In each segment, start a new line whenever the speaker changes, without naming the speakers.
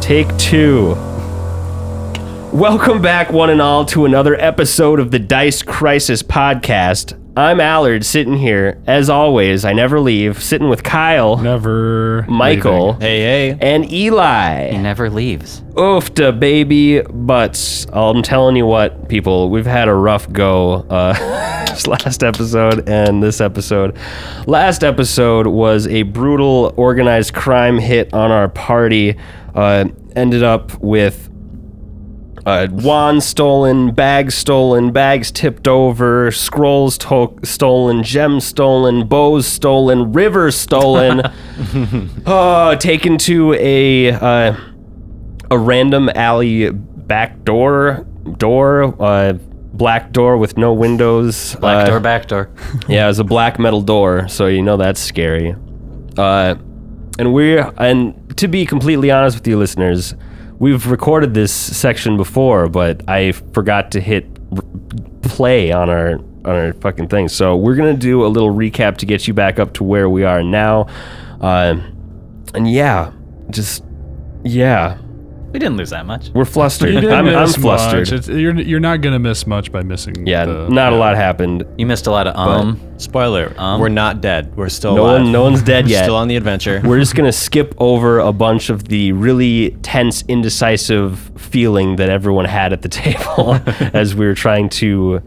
Take two. Welcome back, one and all, to another episode of the Dice Crisis podcast. I'm Allard, sitting here as always. I never leave. Sitting with Kyle,
Never.
Michael,
Hey, hey.
and Eli.
He never leaves.
Oofta, baby butts. I'm telling you what, people, we've had a rough go uh, this last episode and this episode. Last episode was a brutal organized crime hit on our party. Uh, ended up with uh, wand stolen, bags stolen, bags tipped over, scrolls to- stolen, gems stolen, bows stolen, river stolen. oh, taken to a uh, a random alley back door door uh, black door with no windows.
Black
uh,
door, back door.
yeah, it was a black metal door, so you know that's scary. Uh, and we're and to be completely honest with you, listeners, we've recorded this section before, but I forgot to hit r- play on our on our fucking thing. So we're gonna do a little recap to get you back up to where we are now. Uh, and yeah, just yeah,
We didn't lose that much.
we're flustered.
You didn't
I'm, I'm
miss
flustered.
Much. It's, you're, you're not going to miss much by missing.
yeah,
the-
not a lot happened.
You missed a lot of um.
Spoiler,
Um.
we're not dead. We're still
No
alive.
one, no one's dead
We're
yet.
Still on the adventure.
We're just gonna skip over a bunch of the really tense, indecisive feeling that everyone had at the table as we were trying to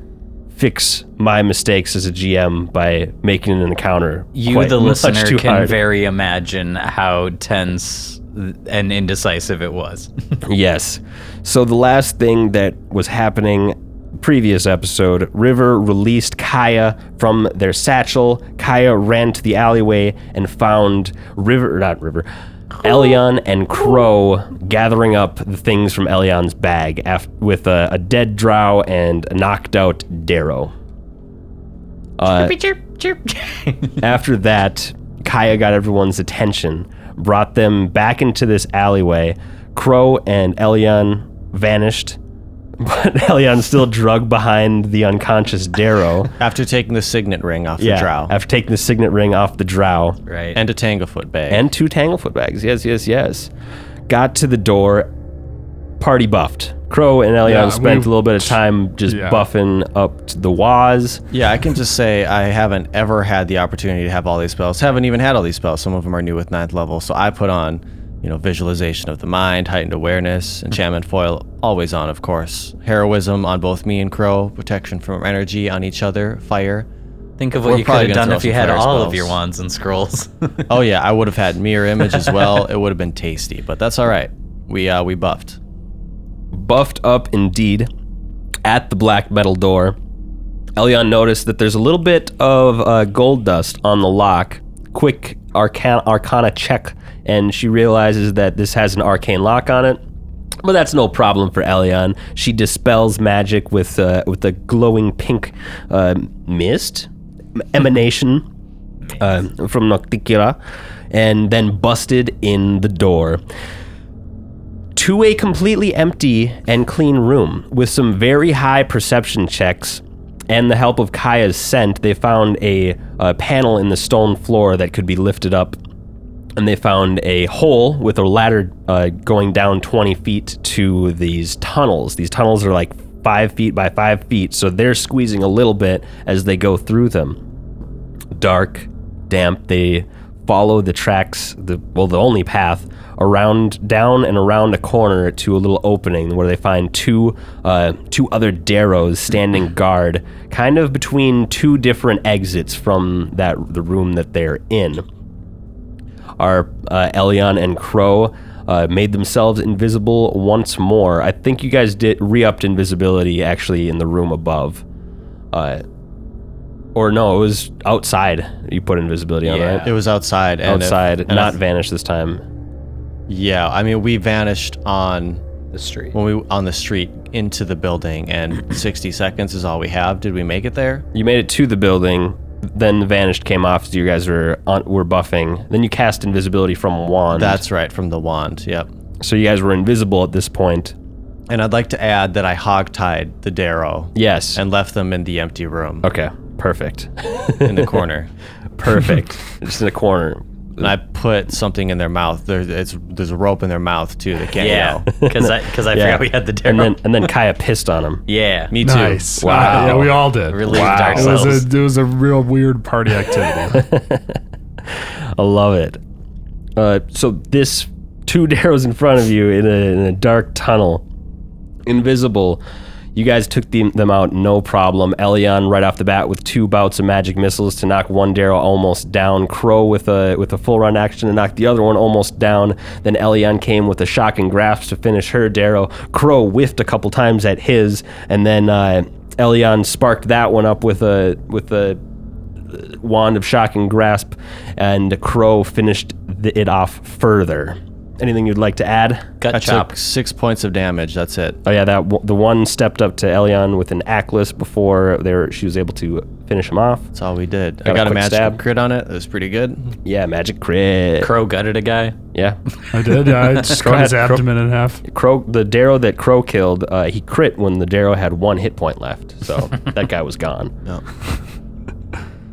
fix my mistakes as a GM by making an encounter.
You,
quite
the
much
listener,
too
can
hard.
very imagine how tense and indecisive it was.
Yes. So the last thing that was happening previous episode, River released Kaya from their satchel. Kaya ran to the alleyway and found River not River. Elion and Crow gathering up the things from Elion's bag af- with a, a dead drow and a knocked out Darrow. Uh,
chirp, chirp.
after that, Kaya got everyone's attention, brought them back into this alleyway. Crow and Elion vanished, but Elion still drug behind the unconscious Darrow.
After taking the signet ring off the drow
After taking the signet ring off the drow
right.
and a tanglefoot bag.
and two Tanglefoot bags. Yes, yes, yes. Got to the door, party buffed. Crow and Elion
Yeah,
spent
we-
a little bit of time just
Yeah.
buffing up to the Waz.
yeah, I can just say I haven't ever had the opportunity to have all these spells. Haven't even had all these spells. Some of them are new with ninth level. So I put on, you know, visualization of the mind, heightened awareness, enchantment foil, always on, of course. Heroism on both me and Crow, protection from energy on each other, fire.
Think of what
We're
you could
probably
have
gonna
done
throw
if you
some
had
fire
all of
spells.
your wands and scrolls.
Oh yeah, I would have had mirror image as well. It would have been tasty, but that's all right. We uh, we buffed.
buffed up indeed at the black metal door. Elion noticed that there's a little bit of uh, gold dust on the lock. Quick arcana, arcana check, and she realizes that this has an arcane lock on it. But that's no problem for Elion. She dispels magic with uh, with a glowing pink uh, mist emanation uh, from Nocticula, and then busted in the door to a completely empty and clean room. With some very high perception checks and the help of Kaya's scent, they found a, a panel in the stone floor that could be lifted up. And they found a hole with a ladder uh, going down 20 feet to these tunnels. These tunnels are like five feet by five feet, so they're squeezing a little bit as they go through them dark, damp. They follow the tracks, the well, the only path around down and around a corner to a little opening where they find two uh, two other Darrows standing guard, kind of between two different exits from that the room that they're in our uh, Elion and Crow uh, made themselves invisible once more. I think you guys did re-upped invisibility actually in the room above, uh, or no, it was outside. You put invisibility on
Yeah.
right
It was outside and if-
outside,
and
not
if-
vanish this time.
yeah, I mean we vanished on
the street.
when we on the street into the building, and 60 seconds is all we have. Did we make it there?
You made it to the building, then the vanished came off. So you guys were on, were buffing. Then you cast invisibility from wand.
That's right from the wand. Yep.
so you guys were invisible at this point.
And I'd like to add that I hogtied the Darrow
Yes.
and left them in the empty room
okay. Perfect.
in the corner.
Perfect. Just in a corner.
and I put something in their mouth. There's it's there's a rope in their mouth too. They can't
Yeah,
yell.
because I because I forgot we had the
and
tarot.
then and then Kaya pissed on him.
yeah,
Me too.
Nice.
Wow.
Uh, yeah, we all did.
Relieved
It was,
ourselves.
a, it was a real weird party activity.
I love it. Uh, so this two arrows in front of you in a, in a dark tunnel, invisible. You guys took them, them out no problem. Elion right off the bat with two bouts of magic missiles to knock one Darrow almost down. Crow with a with a full round action to knock the other one almost down. Then Elion came with a shocking grasp to finish her Darrow. Crow whiffed a couple times at his, and then uh, Elion sparked that one up with a with a uh, wand of shocking grasp, and Crow finished the, it off further. Anything you'd like to add?
gut
I
chop.
took six points of damage. That's it.
Oh yeah, that w- the one stepped up to Elion with an Ackless before there she was able to finish him off.
That's all we did.
Got a
I got a,
quick
magical
stab.
crit on it. It was pretty good.
Yeah, magic crit.
Crow gutted a guy.
yeah,
I did. Yeah, I just cut his
ahead,
abdomen in half.
Crow. The Darrow that Crow killed, uh, he crit when the Darrow had one hit point left, so that guy was gone.
No.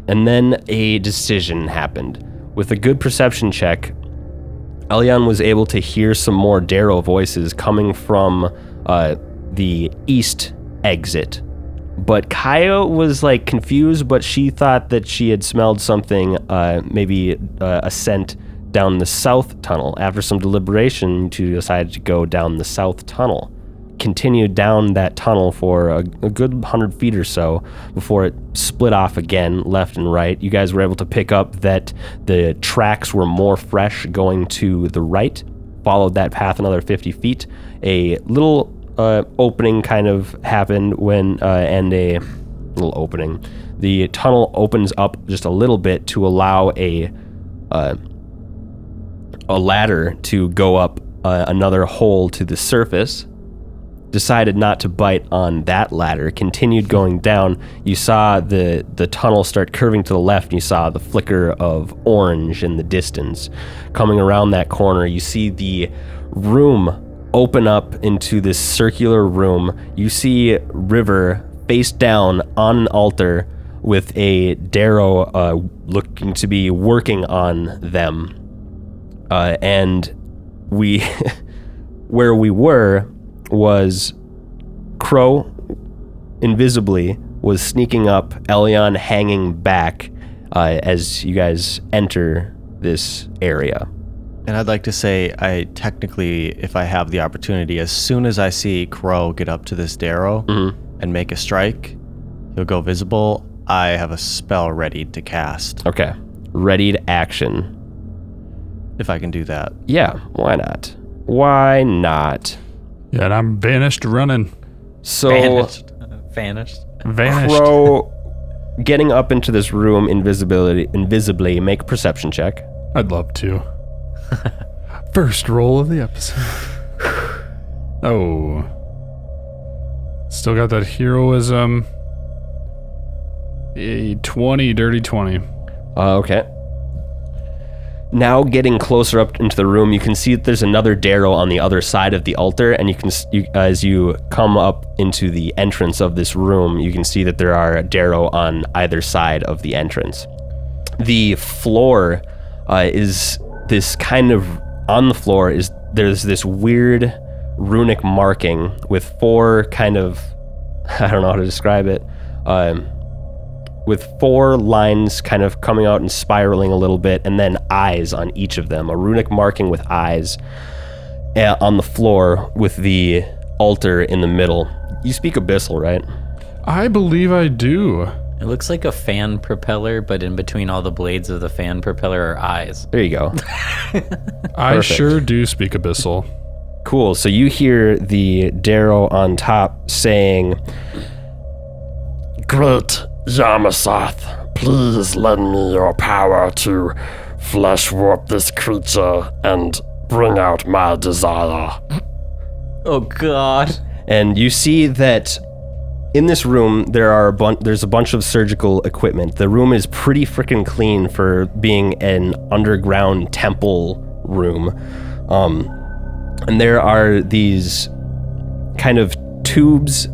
And then a decision happened. With a good perception check, Elion was able to hear some more Darrow voices coming from uh, the east exit. But Kaya was like confused, but she thought that she had smelled something, uh, maybe uh, a scent down the south tunnel. After some deliberation, she decided to go down the south tunnel. Continued down that tunnel for a, a good 100 feet or so before it split off again, left and right. You guys were able to pick up that the tracks were more fresh going to the right. Followed that path another 50 feet. A little uh, opening kind of happened when, uh, and a little opening. The tunnel opens up just a little bit to allow a uh, a ladder to go up uh, another hole to the surface. Decided not to bite on that ladder. Continued going down. You saw the the tunnel start curving to the left. And you saw the flicker of orange in the distance. Coming around that corner, you see the room open up into this circular room. You see River face down on an altar with a Darrow uh, looking to be working on them uh, and we where we were was crow invisibly was sneaking up elion hanging back uh, as you guys enter this area
And I'd like to say, I technically, if I have the opportunity, as soon as I see Crow get up to this Darrow and make a strike, he'll go visible. I have a spell ready to cast.
okay ready to action
If I can do that,
yeah why not why not
Yeah, and I'm vanished running.
so
Vanished. Vanished.
Vanished.
crow getting up into this room invisibility invisibly make a perception check
I'd love to. First roll of the episode. Oh. Still got that heroism. A 20, dirty 20.
Uh, okay. Now getting closer up into the room, you can see that there's another Darrow on the other side of the altar, and you can s- you, as you come up into the entrance of this room, you can see that there are Darrow on either side of the entrance. The floor uh, is this kind of on the floor is there's this weird runic marking with four kind of I don't know how to describe it. Um, with four lines kind of coming out and spiraling a little bit, and then eyes on each of them, a runic marking with eyes uh, on the floor with the altar in the middle. You speak abyssal, right?
I believe I do.
It looks like a fan propeller, but in between all the blades of the fan propeller are eyes.
There you go.
I
Perfect.
sure do speak abyssal.
Cool. So you hear the Darrow on top saying,
Great Yamasoth, please lend me your power to flesh warp this creature and bring out my desire.
Oh God!
and you see that in this room there are a bun- there's a bunch of surgical equipment. The room is pretty freaking clean for being an underground temple room. Um, and there are these kind of tubes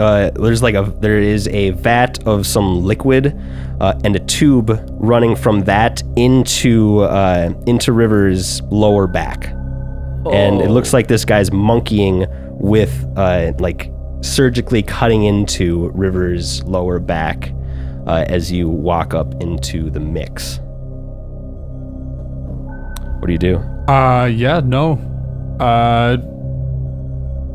uh, there's like a there is a vat of some liquid uh, and a tube running from that into uh, into River's lower back, and it looks like this guy's monkeying with uh, like surgically cutting into River's lower back uh, as you walk up into the mix. What do you do?
Uh, yeah, no. Uh,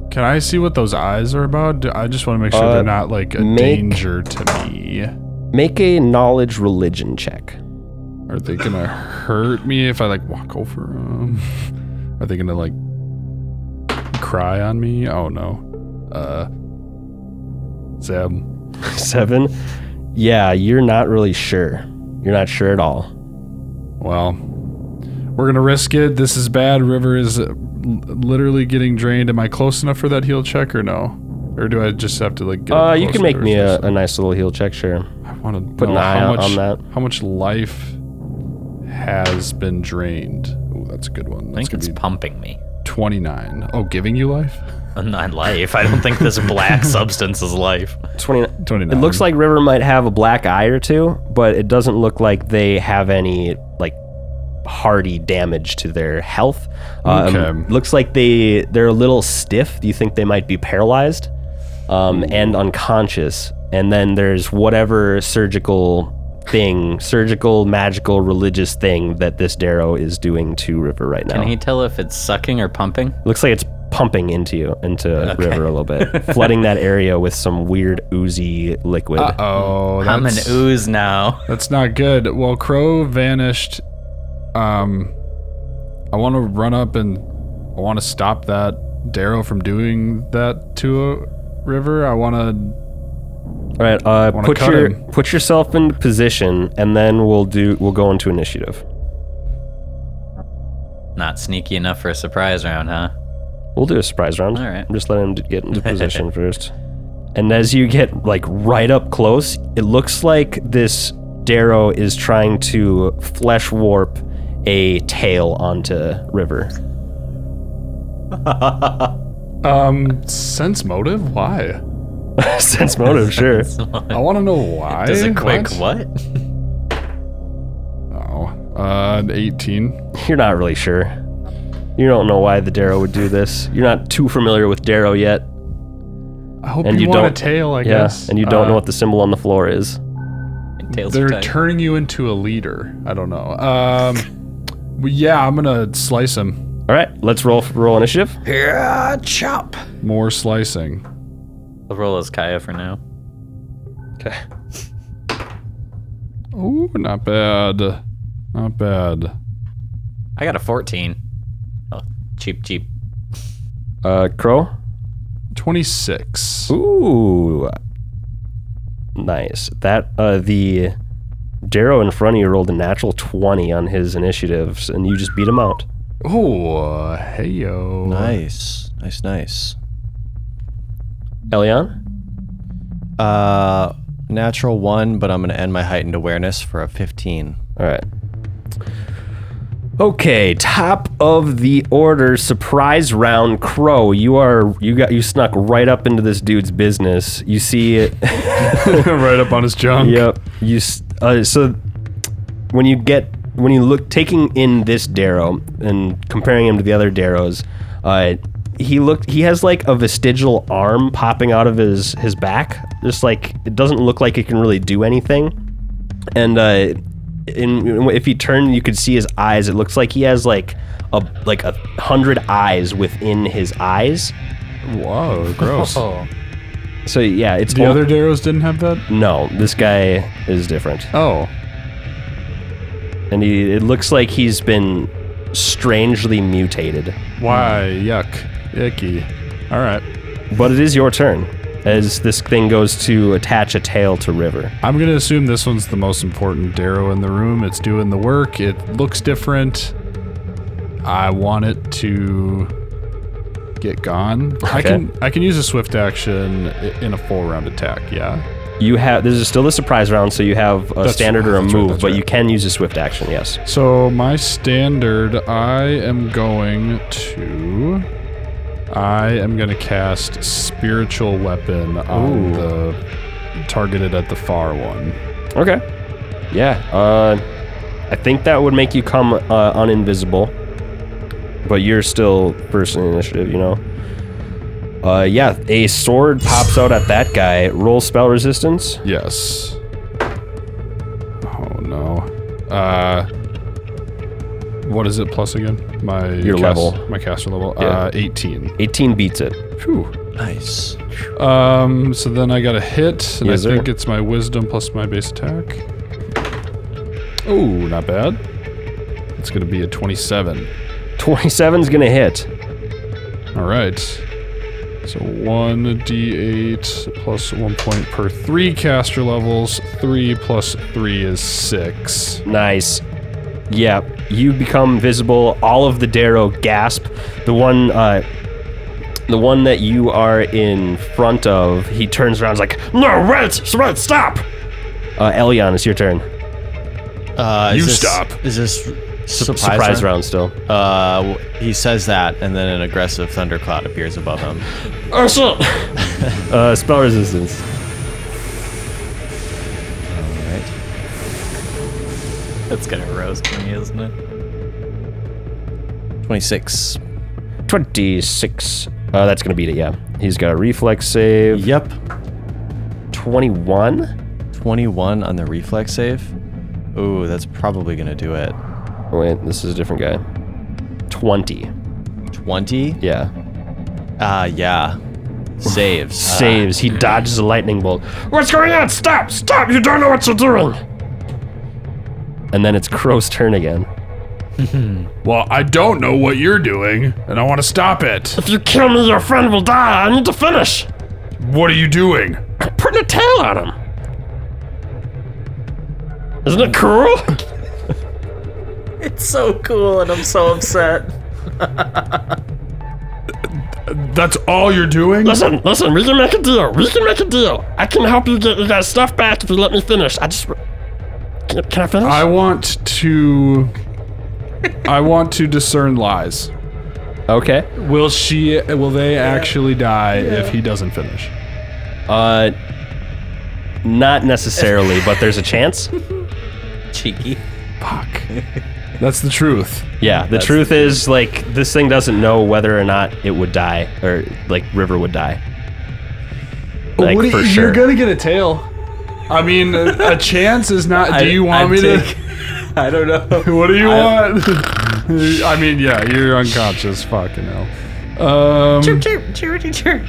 can I see what those eyes are about? Do- I just want to make sure
Uh,
they're not like a
make-
danger to me.
Make a knowledge religion check.
Are they gonna hurt me if I like walk over them? Are they gonna like cry on me? Oh no. Uh, Zeb.
Seven. Yeah, you're not really sure. You're not sure at all.
Well, we're gonna risk it. This is bad. River is uh, l- literally getting drained. Am I close enough for that heal check or no? Or do I just have to like? Get
Uh,
up
you can
closer
make
or
me
is
a,
this-
a nice little heal check, sure.
I want to
put an eye
how
out
much,
on that.
How much life has been drained? Oh, that's a good one.
I
That's
think
gonna
it's
be
pumping me.
twenty nine. Oh, giving you life.
Not life. I don't think this black substance is life.
29.
29.
It looks like River might have a black eye or two, but it doesn't look like they have any like hardy damage to their health. Um,
Okay.
Looks like they they're a little stiff. Do you think they might be paralyzed um, and unconscious? And then there's whatever surgical thing, surgical, magical, religious thing that this Darrow is doing to River right now.
Can he tell if it's sucking or pumping?
Looks like it's pumping into you, into River a little bit, flooding that area with some weird oozy liquid.
Oh, that's,
I'm an ooze now.
that's not good. Well, Crow vanished. Um, I want to run up and I want to stop that Darrow from doing that to a river. I want to.
All right, uh,
Wanna
put
cut
your
him.
put yourself in position, and then we'll do we'll go into initiative.
Not sneaky enough for a surprise round, huh?
We'll do a surprise round.
All right.
I'm just letting him d- get into position first. And as you get like right up close, it looks like this Darrow is trying to flesh warp a tail onto River.
Um, sense motive? Why?
Sense motive, sure.
I want to know why.
Does a quick
What?
what?
Oh, uh, 18.
You're not really sure. You don't know why the Darrow would do this. You're not too familiar with Darrow yet.
I hope
And
you,
you
want
don't-
a tail, I
Yeah,
guess.
and you don't
Uh,
know what the symbol on the floor is.
Tails
They're
are tight.
turning you into a leader. I don't know. Um, well, yeah, I'm gonna slice him.
All right, let's roll roll initiative.
More slicing.
I'll roll as Kaya for now.
Okay.
Ooh, not bad. Not bad.
I got a 14. Oh, cheap, cheap.
Uh, Crow.
26.
Ooh. Nice. That uh the Darrow in front of you rolled a natural twenty on his initiatives, and you just beat him out.
Oh, uh, hey yo.
Nice, nice, nice.
Elion.
Uh, natural one, but I'm gonna end my heightened awareness for a 15.
All right. Okay, top of the order surprise round crow. You are you got you snuck right up into this dude's business. You see it
right up on his junk.
Yep. You s- uh, so when you get when you look taking in this Darrow and comparing him to the other Darrows, uh, he looked he has like a vestigial arm popping out of his his back. Just like it doesn't look like it can really do anything. And uh, in, if he turned, you could see his eyes. It looks like he has like a like a hundred eyes within his eyes.
Whoa, gross.
Oh.
So yeah, it's
the
all-
other Darrows didn't have that?
no. This guy is different.
Oh.
and he, it looks like he's been strangely mutated.
Why? Yuck. Icky. All right.
But it is your turn as this thing goes to attach a tail to River.
I'm gonna assume this one's the most important Darrow in the room. It's doing the work. It looks different. I want it to get gone. I
Okay.
can I can use a swift action i- in a full round attack. Yeah.
You have there's still the surprise round, so you have a
That's-
standard or a
that's right,
move,
that's
but
right.
you can use a swift action. Yes.
So my standard, I am going to. I am going to cast Spiritual Weapon on the targeted at the far one.
Okay. Yeah. Uh, I think that would make you come uh, uninvisible, but you're still first in initiative, you know. Uh, yeah, a sword pops out at that guy. Roll spell resistance.
Yes. Oh no. Uh what is it plus again? My
Your level.
My caster level. Uh 18.
18 beats it.
Phew.
Nice.
Um so then I got a hit and
Yes,
I
sir.
think it's my wisdom plus my base attack. Oh, not bad. It's going to be a 27.
27's gonna hit.
All right. So 1d8 plus 1 point per 3 caster levels. 3 plus 3 is 6.
Nice. Yeah, you become visible. All of the Darrow gasp. The one, uh, the one that you are in front of, he turns around, is like,
No, Oh, wait, wait, stop!
uh, "Elion, it's your turn."
Uh,
You
is this,
stop.
Is this surprise,
Surprise round still.
Uh, w- he says that, and then an aggressive thundercloud appears above him.
Oh shit!
Uh, spell resistance.
That's gonna roast me, isn't it?
26.
26. Uh, that's going to beat it, yeah. He's got a reflex save.
Yep.
21?
21 on the reflex save. Ooh, that's probably going to do it.
Oh, wait, this is a different guy. 20.
20?
Yeah.
Ah, yeah. Saves.
Saves. He dodges a lightning bolt.
What's going on? Stop! Stop! You don't know what you're doing!
And then it's Crow's turn again.
Well, I don't know what you're doing, and I want to stop it.
If you kill me, your friend will die. I need to finish.
What are you doing?
Putting a tail on him. Isn't it cool?
It's so cool, and I'm so upset.
That's all you're doing?
listen, listen. We can make a deal. We can make a deal. I can help you get your guys' stuff back if you let me finish. I just can, can I finish?
I want to. I want to discern lies.
Okay.
Will she? Will they actually die if he doesn't finish?
Uh, not necessarily, but there's a chance.
Cheeky.
Fuck. That's the truth.
Yeah. The truth is, like, this thing doesn't know whether or not it would die, or, like, River would die. Like,
What do
for
you-
sure.
You're gonna get a tail. I mean, a, a chance is not. Do you want
I'd
me
take- I don't know.
to? What do you want? I mean, yeah, you're unconscious. Fucking hell. Um,
Chirp, chirpity chirp.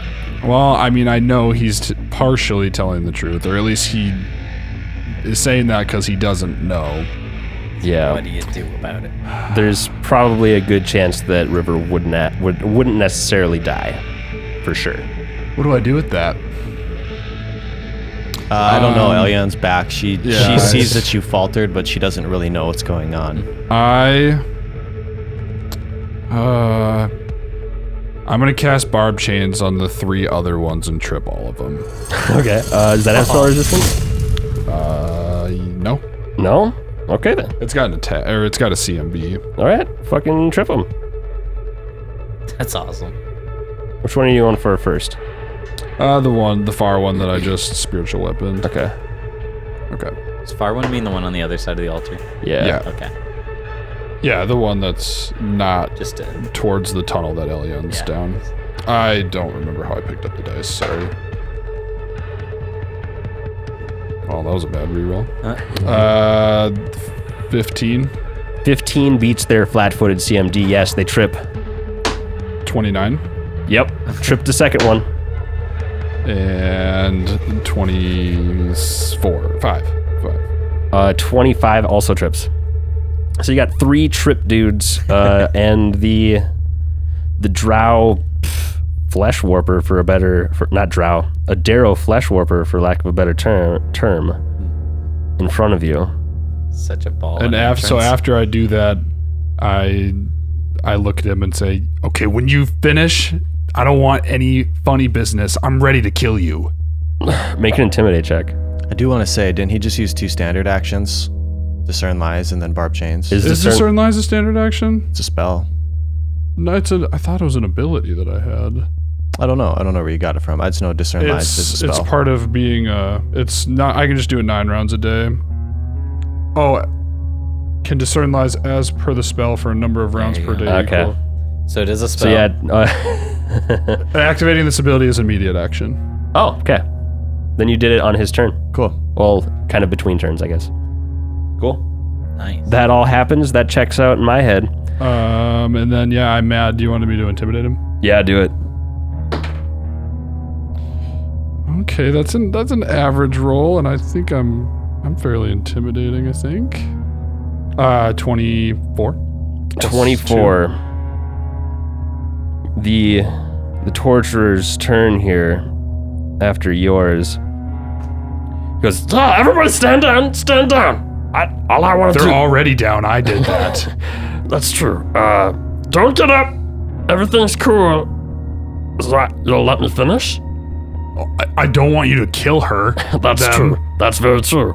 Well, I mean, I know he's t- partially telling the truth, or at least he is saying that because he doesn't know.
yeah.
What do you do about it?
there's probably a good chance that River would not would wouldn't necessarily die, for sure.
What do I do with that?
Uh, I don't know.
Um,
Elion's back. She
yeah.
she sees that you faltered, but she doesn't really know what's going on.
I. Uh. I'm gonna cast barb chains on the three other ones and trip all of them.
Okay. Uh, does that have spell resistance?
Uh, no.
No. Okay then.
It's got an attack, or it's got a CMB.
All right. Fucking trip him.
That's awesome.
Which one are you on for first?
Uh, the one, the far one that I just spiritual weapon.
Okay.
Okay.
Does far one mean the one on the other side of the altar?
Yeah.
Yeah.
Okay.
Yeah, the one that's not
Just uh,
towards the tunnel that Elion's
Yeah.
down. I don't remember how I picked up the dice, sorry. Oh, that was a bad reroll. Uh, 15,
Fifteen beats their flat-footed CMD. Yes, they trip.
29,
Yep. Trip the second one.
and 24, 5.
Oh,
5.
Uh, Twenty-five also trips. So you got three trip dudes uh, and the the drow pff, flesh warper for a better for, not drow a darrow flesh warper for lack of a better term term in front of you.
such a ball.
And
of
af- so
entrance.
after I do that, I I look at him and say, "Okay, when you finish, I don't want any funny business. I'm ready to kill you."
Make an intimidate check.
I do want to say, didn't he just use two standard actions? Discern lies and then barb chains.
Is
Is
this
discern lies a standard action?
it's a spell.
No, it's a. I thought it was an ability that I had.
I don't know. I don't know where you got it from. I just know discern lies is a
It's
spell.
it's part of being uh It's not. I can just do it nine rounds a day. Oh, can discern lies as per the spell for a number of rounds per day.
Okay.
equal.
So it is a
So
spell.
yeah. Uh,
Activating this ability is immediate action.
oh, okay. Then you did it on his turn.
cool.
Well, kind of between turns, I guess. Cool.
Nice.
That all happens. That checks out in my head.
Um, and then yeah, I'm mad. Do you want me to intimidate him?
Yeah, do it.
Okay, that's an that's an average roll, and I think I'm I'm fairly intimidating. I think. Uh, twenty four.
24 the the torturer's turn here after yours He goes
Ah, everybody stand down, stand down. I, all I want to do.
They're already down. I did that.
that's true. Uh, don't get up. Everything's cool. Is that you'll let me finish?
Oh, I, I don't want you to kill her.
That's
them.
true. That's very true.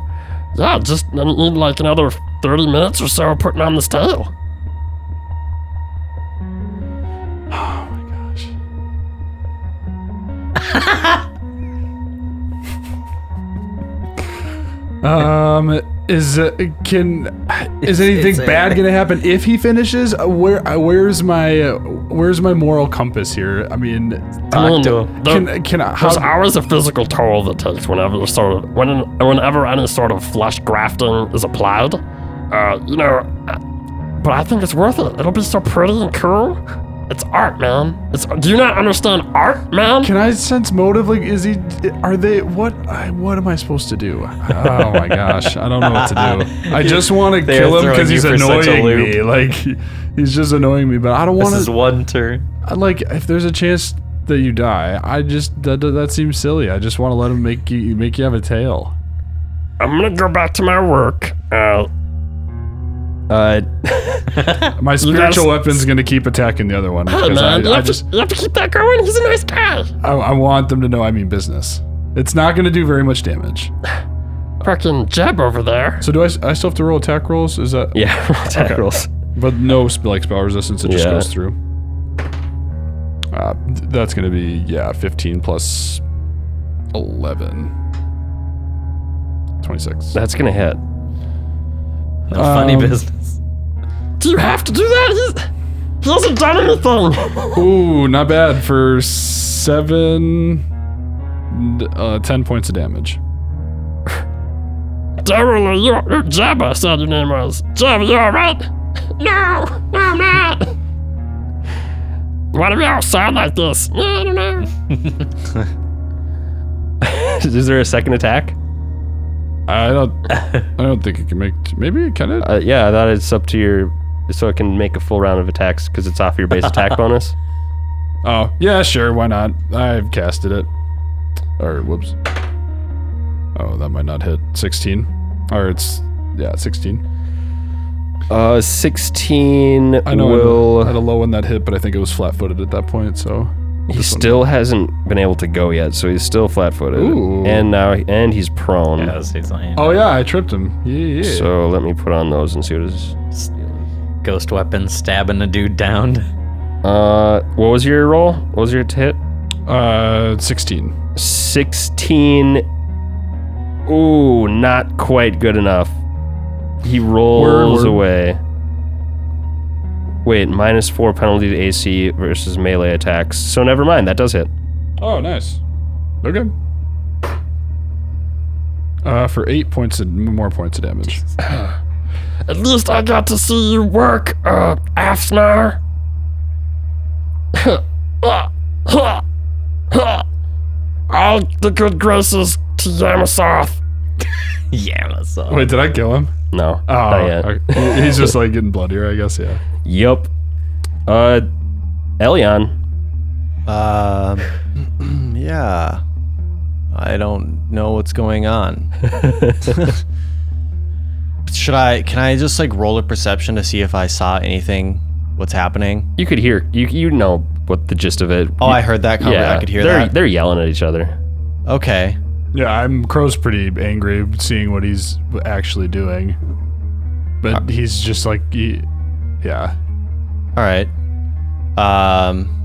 Yeah, just I need like another 30 minutes or so putting on this tail.
Um, is uh, can is anything
it's a-
bad gonna happen if he finishes? Uh, Where uh, where's my uh, where's my moral compass here? I mean,
I mean, there-
can can I,
There's
how,
hours of physical toll that takes whenever sort of when whenever any sort of flesh grafting is applied. Uh, you know, uh, but I think it's worth it. It'll be so pretty and cool. It's art, man. It's do you not understand art, man?
can I sense motive? Like, is he? Are they? What? I, what am I supposed to do? Oh my gosh, I don't know what to do. I just want to
are
kill him
throwing
because
you
he's
for such a
annoying
loop.
me. Like, he- he's just annoying me. But I don't want
This
to.
is one turn.
I- like if there's a chance that you die, I just that that, that seems silly. I just want to let him make you make you have a tail.
I'm gonna go back to my work. Uh,
uh
My spiritual
guys-
weapon's gonna keep attacking the other one
hey,
because
man, you,
I, I
have
just
to, you have to keep that going. He's a nice guy.
I, I want them to know I mean business. It's not gonna do very much damage.
Fucking Jeb over there.
So do I? s- I still have to roll attack rolls? Is that?
yeah attack rolls
But no sp- like spell resistance. It just
Yeah.
goes through. Uh, th- that's gonna be yeah, 15 plus 11. 26.
that's gonna hit
No funny
Um,
business.
Do you have to do that? He's, he hasn't done anything.
Ooh, not bad for seven, uh, ten points of damage.
Daryl, are you, or Jeb, I said your name was. Jeb, you alright? No, no, I'm not. Why do we all sound like this? I don't know.
is there a second attack
I don't, I don't think it can make. Maybe it can. It.
uh, yeah that is up to your so it can make a full round of attacks because it's off your base attack bonus
Oh, yeah, sure. Why not? I've casted it. Or whoops. Oh, that might not hit. Sixteen. Or it's yeah, sixteen.
uh 16
I know.
will
I had a low one that hit, but I think it was flat-footed at that point. So
He still hasn't been able to go yet, so he's still flat-footed,
Ooh.
and now and he's prone.
Yeah, so he's like,
Oh yeah, I tripped him. Yeah. yeah.
So let me put on those and see what is.
Ghost weapon stabbing a dude down.
Uh, what was your roll? What was your hit?
Uh, sixteen.
Sixteen. Ooh, not quite good enough. He rolls
word.
away. Wait, minus four penalty to AC versus melee attacks. So never mind, that does hit.
Oh, nice. They're good. Uh, for eight points and more points of damage.
At least I got to see you work, uh, Afsnar. All the good graces to Yamasoth.
Yeah, that's all.
Wait, did I kill him?
No,
Oh,
not yet.
okay. he's just like getting bloodier, I guess. Yeah.
Yup. Uh, Elion.
Um, yeah. I don't know what's going on. Should I? Can I just like roll a perception to see if I saw anything? What's happening?
You could hear you you know what the gist of it. Uh,
Oh, I heard that. Conver- I could hear
they're,
that.
They're yelling at each other.
Okay.
Yeah, I'm Crow's pretty angry seeing what he's actually doing, Uh, but he's just like, he, yeah.
All right. Um,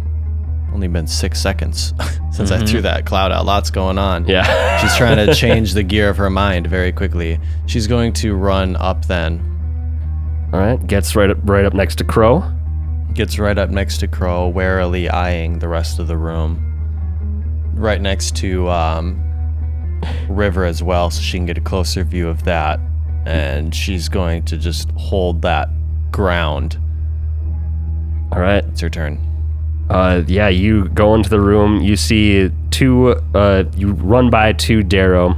only been six seconds since I threw that cloud out. Lots going on.
Yeah.
She's trying to change the gear of her mind very quickly. She's going to run up then.
All right. Gets right up, right up next to Crow.
Gets right up next to Crow, warily eyeing the rest of the room. Right next to um, River as well, so she can get a closer view of that. And she's going to just hold that ground.
All right.
It's her turn.
Uh, yeah, you go into the room. You see two. Uh, you run by two Darrow,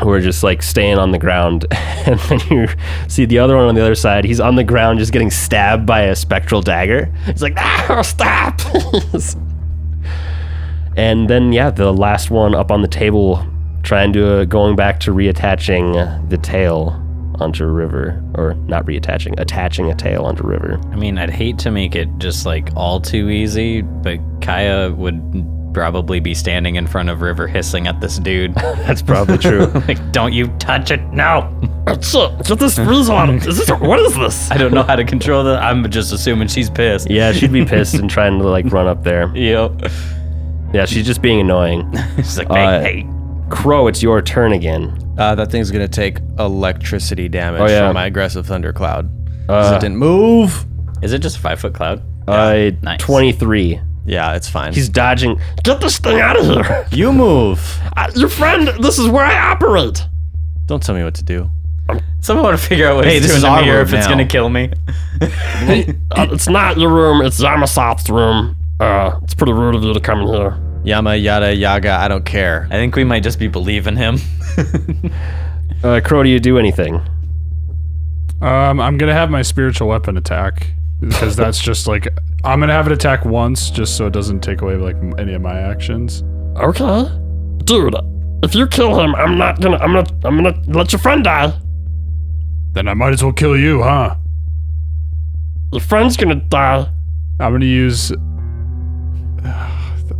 who are just like staying on the ground, and then you see the other one on the other side. He's on the ground, just getting stabbed by a spectral dagger. He's like, "Ah, stop!" and then yeah, the last one up on the table, trying to uh, going back to reattaching the tail onto River, or not reattaching, attaching a tail onto River.
I mean, I'd hate to make it just like all too easy, but Kaya would probably be standing in front of River hissing at this dude.
That's probably true.
like, don't you touch it now!
Shit, get this freezer on him. Is this, what is this?
I don't know how to control that. I'm just assuming she's pissed.
Yeah, she'd be pissed and trying to like run up there.
Yep.
Yeah, she's just being annoying.
She's like,
Uh,
hey, hey.
Crow, it's your turn again.
Uh, that thing's gonna take electricity damage
Oh, yeah.
from my aggressive thundercloud.
Uh.
'Cause it didn't move.
Is it just a five foot cloud?
uh,
nice.
23.
Yeah, it's fine.
He's dodging.
Get this thing out of here.
you move.
Uh, your friend, this is where I operate.
Don't tell me what to do.
Someone want to figure out what
Hey,
he's
this
doing
is
to
our
me or
room
if it's
now.
going to kill me.
Uh, it's not your room, it's Yamasoft's room. Uh, it's pretty rude of you to come in here.
Yama yada yaga. I don't care.
I think we might just be believing him.
Uh, Crow, do you do anything?
Um, I'm gonna have my spiritual weapon attack because that's just like I'm gonna have it attack once, just so it doesn't take away like m- any of my actions.
Okay. Dude, if you kill him, I'm not gonna I'm gonna I'm gonna let your friend die.
Then I might as well kill you, huh?
Your friend's gonna die.
I'm gonna use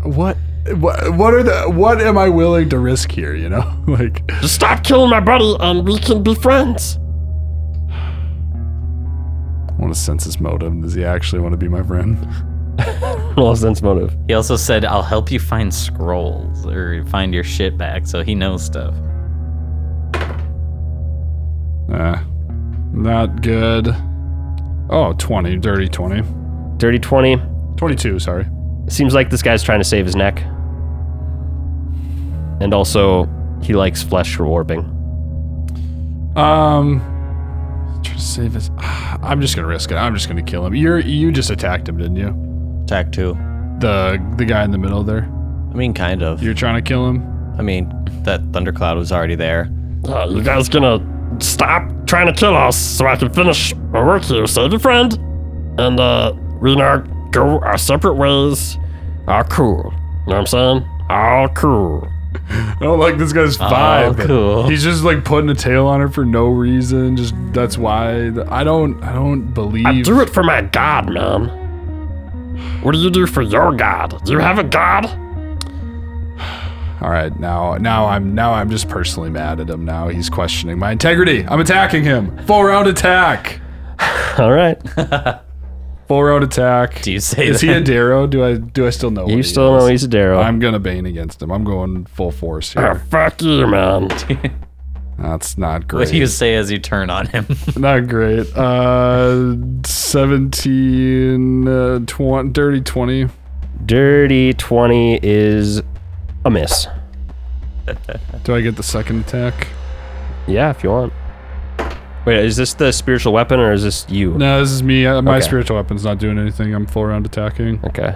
what? What? What are the? What am I willing to risk here? You know, like
Just stop killing my buddy and we can be friends.
I want to sense his modem. Does he actually want to be my friend?
Roll a sense motive.
He also said, I'll help you find scrolls or find your shit back, so he knows stuff.
Uh, not good. Oh, 20, dirty 20.
Dirty 20.
22, sorry.
Seems like this guy's trying to save his neck. And also, he likes flesh for warping.
Um, trying to save his. I'm just gonna risk it. I'm just gonna kill him. You're you just attacked him, didn't you?
Attack two.
The the guy in the middle there.
I mean, kind of.
You're trying to kill him.
I mean, that thundercloud was already there.
Uh, you guys gonna stop trying to kill us so I can finish my work here, save your friend. And uh we now go our separate ways. All cool. You know what I'm saying? All cool.
I don't like this
Oh,
guy's vibe.
cool.
He's just like putting a tail on her for no reason. Just that's why the- I don't I don't believe.
I do it for my god, man. What do you do for your god? Do you have a god?
All right, now now I'm now I'm just personally mad at him. Now he's questioning my integrity. I'm attacking him. Full round attack.
All right.
Full round attack.
Do you say
Is
that?
he a Darrow? Do I do I still know? what
You
he
still
is?
know he's a Darrow.
I'm gonna bane against him. I'm going full force
Oh,
here.
fuck you, man.
That's not
What
great.
do you say as you turn on him?
not great. Uh, 17, uh, 20, dirty 20.
Dirty 20 is a miss.
Do I get the second attack?
Yeah, if you want. Wait, is this the spiritual weapon or is this you?
No, this is me. Uh, my
Okay.
spiritual weapon's not doing anything. I'm full round attacking.
Okay.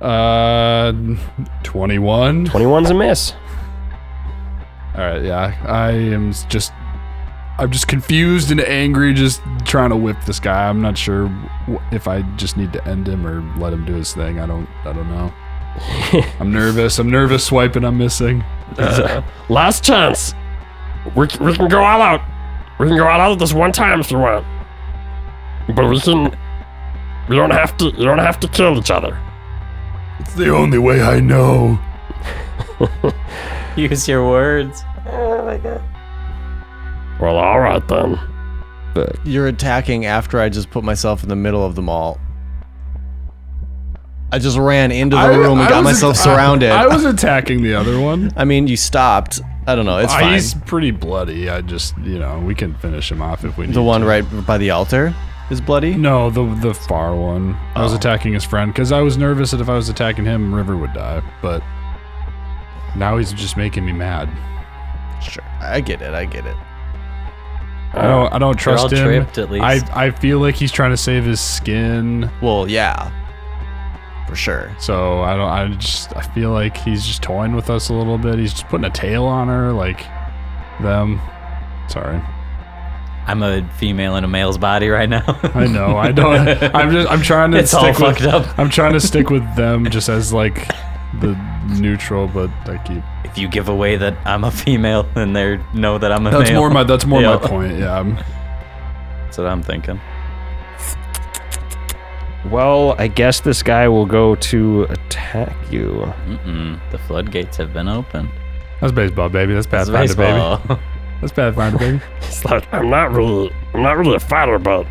Uh, 21.
21's a miss.
All right, yeah. I am s- just. I'm just confused and angry, just trying to whip this guy. I'm not sure w- if I just need to end him or let him do his thing. I don't. I don't know. I'm nervous. I'm nervous. Swiping. I'm missing.
Last chance. We, c- we can go all out. We can go all out this one time if you want. But we can. We don't have to. You don't have to kill each other.
It's the only way I know.
Use your words.
Oh my god.
Well, all right then.
You're attacking after I just put myself in the middle of them all. I just ran into the
I-
room and
I
got
was-
myself
I-
surrounded.
I,
I,
was attacking the other one.
mean, you stopped. I don't know. It's
Uh,
fine.
He's pretty bloody. I just, you know, we can finish him off if we need.
The one
to.
right by the altar is bloody.
No, the the far one. I
Oh.
was attacking his friend because I was nervous that if I was attacking him, River would die. But now he's just making me mad.
Sure, I get it. I get it.
I don't. I don't trust
Oh. all
him.
tripped, at least.
I I feel like he's trying to save his skin.
Well, yeah, for sure.
So I don't. I just. I feel like he's just toying with us a little bit. He's just putting a tail on her, like them. Sorry.
I'm a female in a male's body right now.
I know. I don't. I'm just. I'm trying to.
It's all
stick with,
fucked up.
I'm trying to stick with them, just as like the neutral, but I keep.
if you give away that I'm a female, then they know that I'm a
That's
male.
more my. That's more
Yeah.
my point. Yeah. I'm-
That's what I'm thinking.
Well, I guess this guy will go to attack you.
Mm-mm. The floodgates have been opened.
That's baseball, baby. That's
It's
Pathfinder, baby.
baseball.
That's Pathfinder, baby.
It's like I'm not really, I'm not really a fighter, but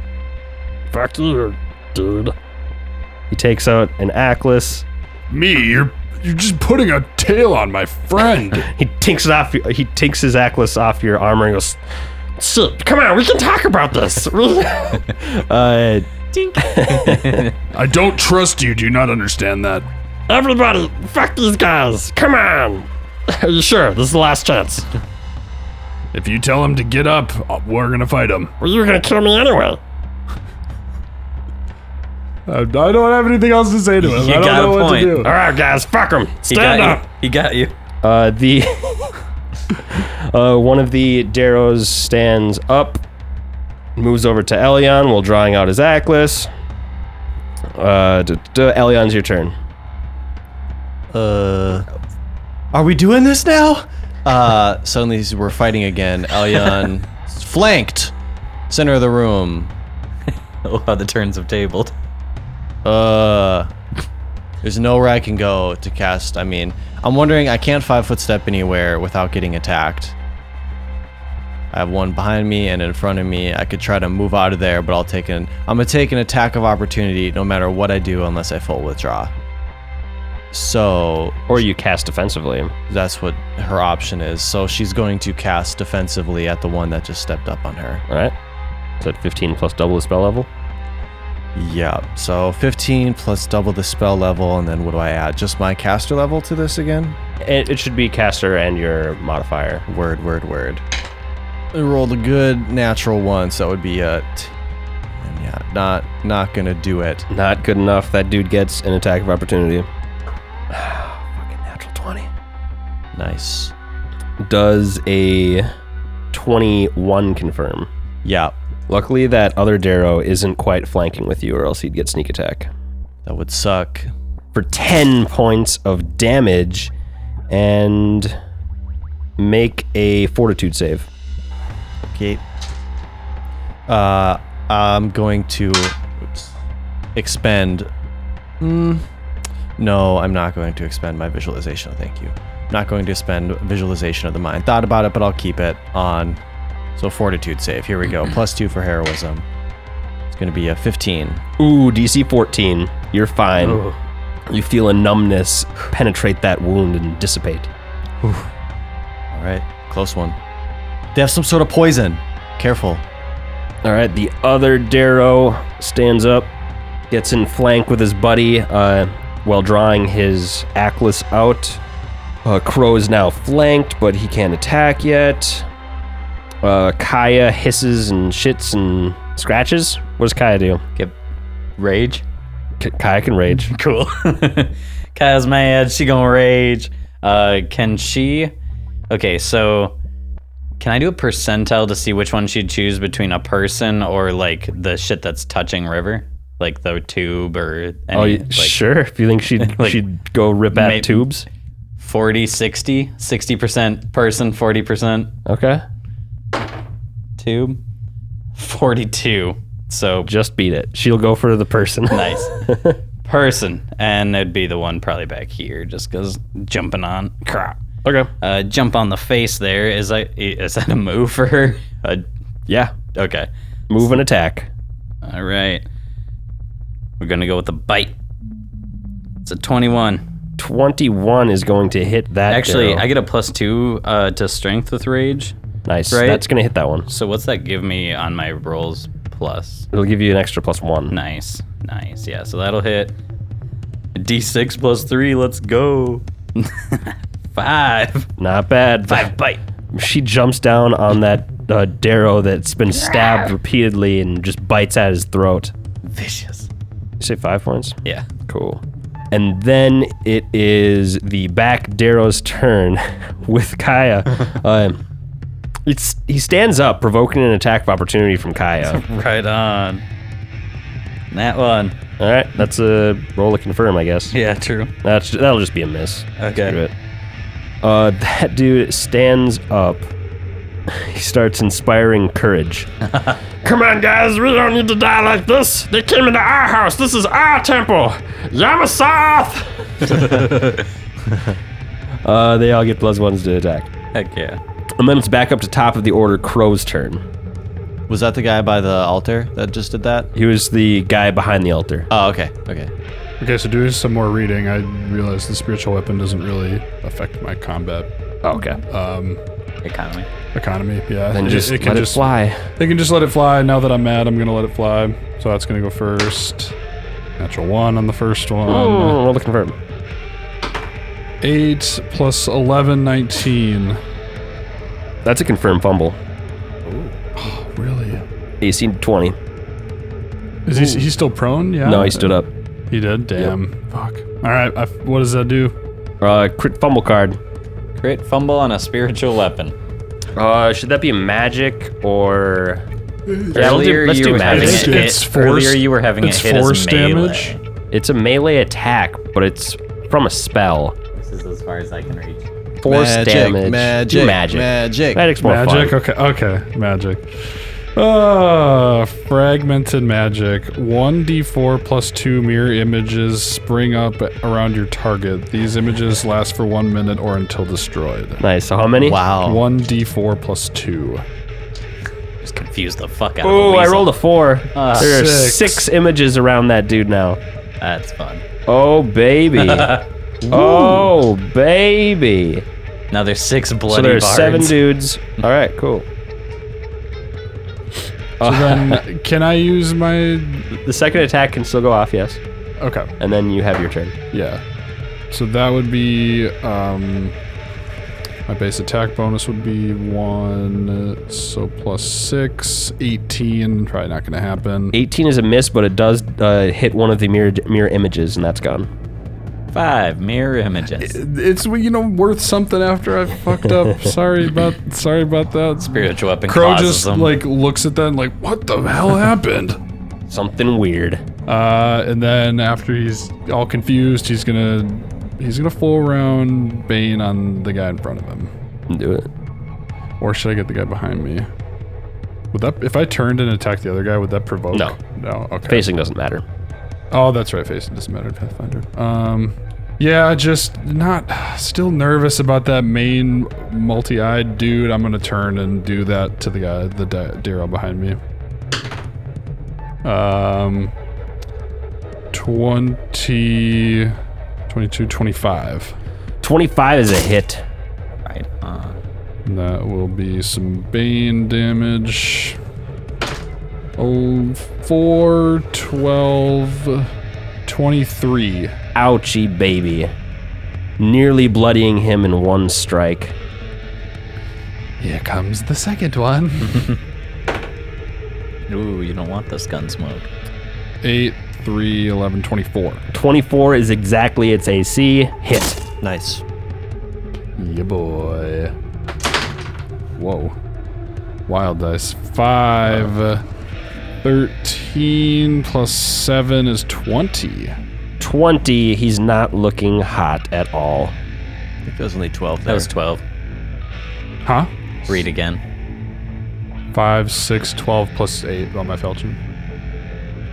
fuck you, dude.
He takes out an Atlas.
Me, you're you're just putting a tail on my friend.
He tinks it off. He tinks his Atlas off your armor and goes.
Shit, come on, we can talk about this.
Uh,
I don't trust you. Do you not understand that?
Everybody, fuck these guys. Come on. Are you sure? This is the last chance.
If you tell him to get up, uh, we're gonna fight him.
Well, you were gonna kill me anyway.
I, I don't have anything else to say to him. I
You
don't
got a
know what
point.
to do.
All right, guys, fuck them.
he
Stand
got
up.
you. He got you.
uh, the uh, one of the Darrows stands up, moves over to Elion while drawing out his Atlas. Uh, d- d- Elion's your turn.
Uh, are we doing this now? Uh, suddenly we're fighting again. Elyon flanked, center of the room.
Oh, how the turns have tabled.
Uh, there's nowhere I can go to cast. I mean, I'm wondering. I can't five foot step anywhere without getting attacked. I have one behind me and in front of me. I could try to move out of there, but I'll take an. I'm gonna take an attack of opportunity no matter what I do, unless I full withdraw. So
Or you cast defensively.
that's what her option is. So she's going to cast defensively at the one that just stepped up on her.
All right. Is that 15 plus double the spell level?
Yeah. So 15 plus double the spell level, and then what do I add? Just my caster level to this again?
It, it should be caster and your modifier.
Word, word, word. I rolled a good natural one, so that would be a. T- and yeah, not not gonna do it.
Not good enough. That dude gets an attack of opportunity. Fucking natural 20.
Nice.
Does a 21 confirm?
Yeah,
Luckily, that other Darrow isn't quite flanking with you, or else he'd get sneak attack.
that would suck.
For 10 points of damage and make a fortitude save.
Okay. Uh, I'm going to oops, expend. Mm, no, I'm not going to expend my visualization. Thank you. I'm not going to expend visualization of the mind. Thought about it, but I'll keep it on. So fortitude save. Here we go. Plus two for heroism. It's going to be a 15.
Ooh, DC 14. You're fine. You feel a numbness penetrate that wound and dissipate.
All right, close one. They have some sort of poison. Careful.
All right, the other Darrow stands up, gets in flank with his buddy uh, while drawing his Atlas out. Uh, Crow is now flanked, but he can't attack yet. Uh, Kaya hisses and shits and scratches. What does Kaya do?
Get rage.
K- Kaya can rage.
Cool. Kyle's mad. She gonna rage. Uh, can she? Okay, so can I do a percentile to see which one she'd choose between a person or like the shit that's touching river, like the tube or
Oh,
any,
y-
like
sure. If you think she'd
like,
she'd go rip at
may-
tubes,
40, 60, 60 percent person, forty percent
okay,
tube, forty-two. So
just beat it. She'll go for the person.
nice person, and it'd be the one probably back here, just cause jumping on crap.
okay.
uh, jump on the face there. Is I is that a move for her? Uh,
Yeah.
okay.
Move and attack.
All right. We're gonna go with the bite. It's a 21.
21 is going to hit that.
Actually,
Darrow.
I get a plus two uh, to strength with rage.
nice.
right?
That's going to hit that one.
So what's that give me on my rolls plus?
It'll give you an extra plus one.
Nice, nice. Yeah, so that'll hit. D6 plus three. Let's go. Five.
Not bad.
bite.
She jumps down on that uh, Darrow that's been stabbed repeatedly and just bites at his throat.
Vicious.
You say five points?
Yeah.
Cool. And then it is the back Darrow's turn with Kaya. um, it's he stands up, provoking an attack of opportunity from Kaya.
Right on. That one.
All right, that's a roll to confirm, I guess.
Yeah, true.
That's that'll just be a miss.
Okay.
Screw it. Uh, that dude stands up. He starts inspiring courage.
Come on, guys, we don't need to die like this. They came into our house. This is our temple. Yamasath!
Uh, they all get plus ones to attack,
Heck yeah.
and then it's back up to top of the order. Crow's turn.
Was that the guy by the altar that just did that?
He was the guy behind the altar.
Oh, okay. Okay.
Okay, so doing some more reading, I realized the spiritual weapon doesn't really affect my combat
Okay.
Uh,
Economy.
economy. Yeah,
Then
it,
just
it can
let
just
it fly.
They can just let it fly. Now that I'm mad, I'm gonna let it fly. So that's gonna go first. Natural one on the first one.
Oh, roll to confirm.
Eight plus 11, 19.
That's a confirmed fumble.
Really?
AC 20.
Is he, he's still prone? Yeah.
Oh.
No, he stood up.
He did. Damn. Fuck. All right. I, what does that do?
Uh, crit fumble card.
Crit fumble on a spiritual weapon.
Uh, should that be magic or? Yeah, we'll do-
Earlier
let's
you
do
were having
magic.
it
It's
hit-
forced-
earlier you were having it
it's
hit as
force
melee.
damage?
It's a melee attack, but it's from a spell.
This is as far as I can reach.
Force damage.
Magic.
Do magic.
Magic.
Magic's more
magic.
fun.
Okay. Okay. Magic. Uh, fragmented magic. 1d4 plus 2 mirror images spring up around your target. These images last for one minute or until destroyed.
Nice. So how many?
Oh.
Wow.
1d4 plus 2.
Just confuse the fuck out of
Ooh,
the
I
weasel.
rolled a four. there
Six.
are six images around that dude now.
That's fun.
Oh baby. oh baby.
Now there's six bloody
So there's
bards.
seven dudes. All right, cool.
So Uh, then, can I use my.
The second attack can still go off, yes,
Okay.
and then you have your turn.
Yeah. So that would be um my base attack bonus would be 1 uh, so plus 6 18 probably not going to happen.
18 is a miss, but it does uh, hit one of the mirror mirror images, and that's gone.
Five mirror images.
It's you know worth something after I fucked up. sorry about sorry about that.
Spiritual weapon
Crow
causes
just
them.
like looks at that and like what the hell happened?
Something weird.
Uh, and then after he's all confused, he's gonna he's gonna full round bane on the guy in front of him.
Do it.
Or should I get the guy behind me? Would that if I turned and attacked the other guy, would that provoke?
No.
No, okay.
Facing doesn't matter.
Oh, that's right, facing doesn't matter, Pathfinder. Um yeah, just not still nervous about that main multi-eyed dude. I'm gonna turn and do that to the guy, the da- Daryl behind me. Um 20 22 25.
25 is a hit.
right on.
And That will be some Bane damage. Oh, 4, 12, 23.
Ouchie baby. Nearly bloodying him in one strike.
Here comes the second one.
Ooh, you don't want this gun smoke.
8, 3, 11, 24.
24 is exactly its AC. Hit.
Nice.
Yeah, boy. Whoa. Wild dice. 5, uh, 13 plus 7 is 20.
20, he's not looking hot at all.
I think there was only 12
That
there.
was 12.
Huh?
Read again.
5, 6, 12 plus 8 on my falchion.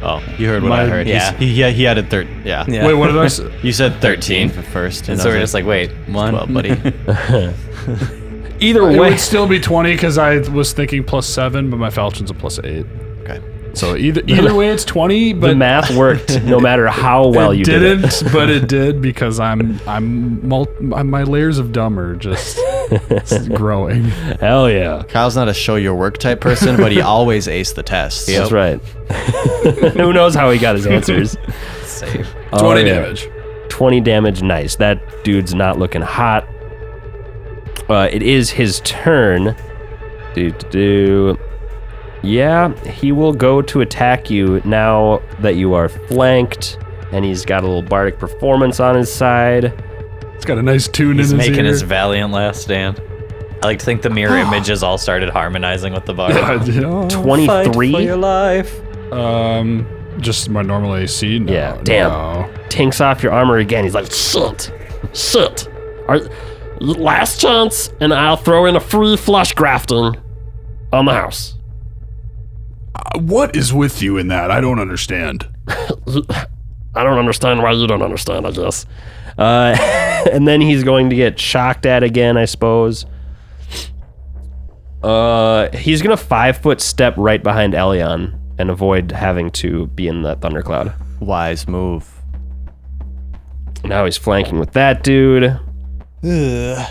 Oh, you heard what I
My-
heard.
yeah.
He's- He, yeah, he added thir- yeah.
Yeah.
Wait, what did I say?
You said
13.
13, for first.
And
I
so we're
was
just like, wait, one.
12, buddy.
Either
It
way,
would still be 20 because I was thinking plus 7, but my falchion's a plus 8.
okay.
So either either way, it's twenty. But
the math worked no matter how well
it
you did
didn't,
it.
but it did because I'm I'm mul- my layers of dumb are just growing.
Hell yeah.
Kyle's not a show your work type person, but he always aced the tests.
That's right. Who knows how he got his answers?
Safe.
Oh,
Twenty
yeah.
damage.
20 damage. Nice. That dude's not looking hot. Uh, it is his turn. Do, do, do. Yeah, he will go to attack you now that you are flanked, and he's got a little bardic performance on his side.
It's got a nice tune
He's
in his
making
ear.
his valiant last stand. I like to think the mirror images all started harmonizing with the bar.
Yeah.
23
life.
um, just my normal AC. No,
Yeah, damn.
no.
tinks off your armor again. He's like,
Like, shit. Shit. Are, last chance, and I'll throw in a free flush grafting on the house.
What is with you in that? I don't understand.
I don't understand why you don't understand, I guess.
uh, and then he's going to get shocked at again, I suppose. Uh, he's gonna five foot step right behind Elion and avoid having to be in the thundercloud.
Wise move.
Now he's flanking with that dude. Uh,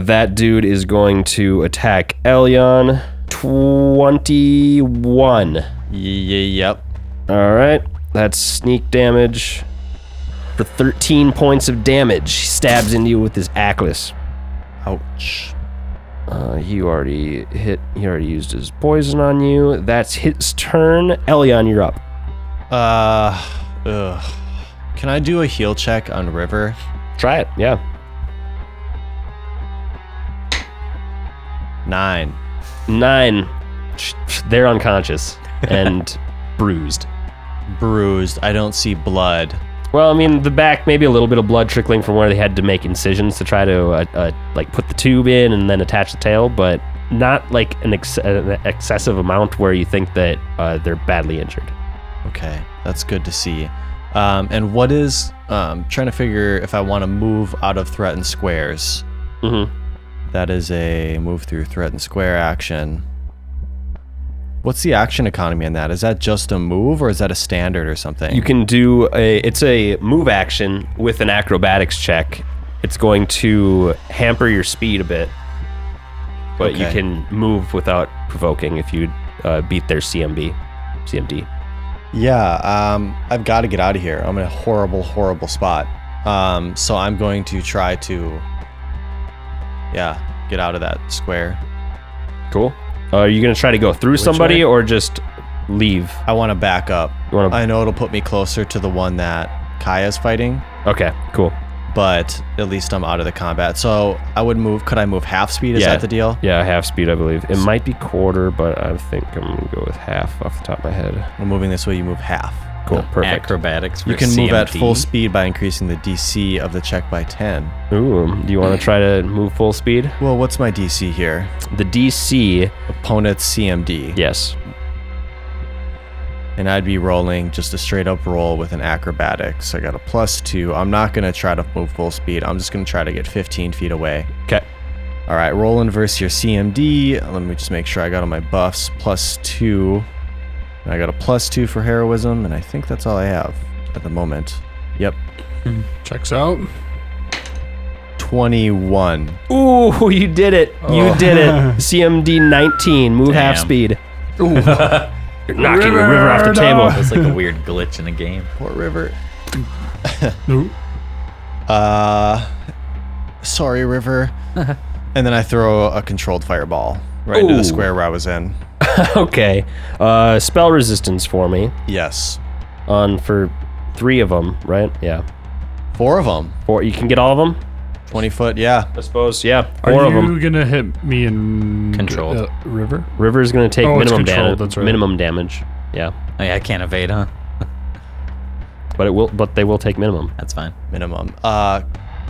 that dude is going to attack Elion. 21.
Y- yep.
All right. That's sneak damage for 13 points of damage. He stabs into you with his Atlas.
Ouch.
Uh, he already hit, he already used his poison on you. That's his turn. Elion, you're up.
Uh, ugh. Can I do a heal check on River?
Try it. Yeah.
Nine.
Nine. They're unconscious and bruised.
Bruised. I don't see blood.
Well, I mean, the back maybe a little bit of blood trickling from where they had to make incisions to try to uh, uh, like put the tube in and then attach the tail, but not like an, ex- an excessive amount where you think that uh, they're badly injured.
Okay, that's good to see. Um, and what is um, trying to figure if I want to move out of threatened squares?
Mhm.
That is a move through threatened square action. What's the action economy in that? Is that just a move or is that a standard or something?
You can do a it's a move action with an acrobatics check. It's going to hamper your speed a bit, but you
Okay.
can move without provoking if you uh, beat their CMB, CMD.
Yeah, um, I've got to get out of here. I'm in a horrible, horrible spot. Um, so I'm going to try to, yeah, get out of that square.
Cool. Uh, are you going to try to go through somebody
way?
or just leave?
I want to back up.
You wanna-
I know it'll put me closer to the one that Kaya's fighting,
Okay, cool.
but at least I'm out of the combat. So I would move. Could I move half speed? Is
Yeah.
that the deal?
Yeah, half speed, I believe. It might be quarter, but I think I'm gonna go with half off the top of my head.
I'm moving this way. You move half.
Cool, perfect.
Acrobatics. For
You can move at
CMD.
full speed by increasing the DC of the check by 10.
Ooh, do you want to try to move full speed?
Well, what's my DC here?
The DC,
Opponent's CMD.
yes.
and I'd be rolling just a straight up roll with an acrobatics. I got a plus two. I'm not gonna try to move full speed. I'm just gonna try to get 15 feet away.
Okay.
All right, rolling versus your CMD. Let me just make sure I got all my buffs. Plus two. And I got a plus two for heroism, and I think that's all I have at the moment. Yep,
Checks out.
21.
Ooh, you did it!
Oh.
You did it! CMD 19, move half
Damn.
speed. Ooh. You're knocking the river off the
no.
table.
It's Oh, like a weird glitch in a game.
Poor River.
Ooh.
Uh, sorry, River. and then I throw a controlled fireball right into
Ooh.
the square where I was in.
Okay. Uh, spell resistance for me
Yes,
on for three of them, right? Yeah.
four of them.
Four. You can get all of them,
20 foot, yeah.
I suppose. Yeah,
Are
four of them.
you gonna hit me in
Controlled.
uh, river?
River's gonna take
Oh, it's
minimum
controlled,
damage.
that's right.
Minimum damage. Yeah,
Oh yeah, I can't evade, huh?
but it will. But they will take minimum.
That's fine.
Minimum. Uh,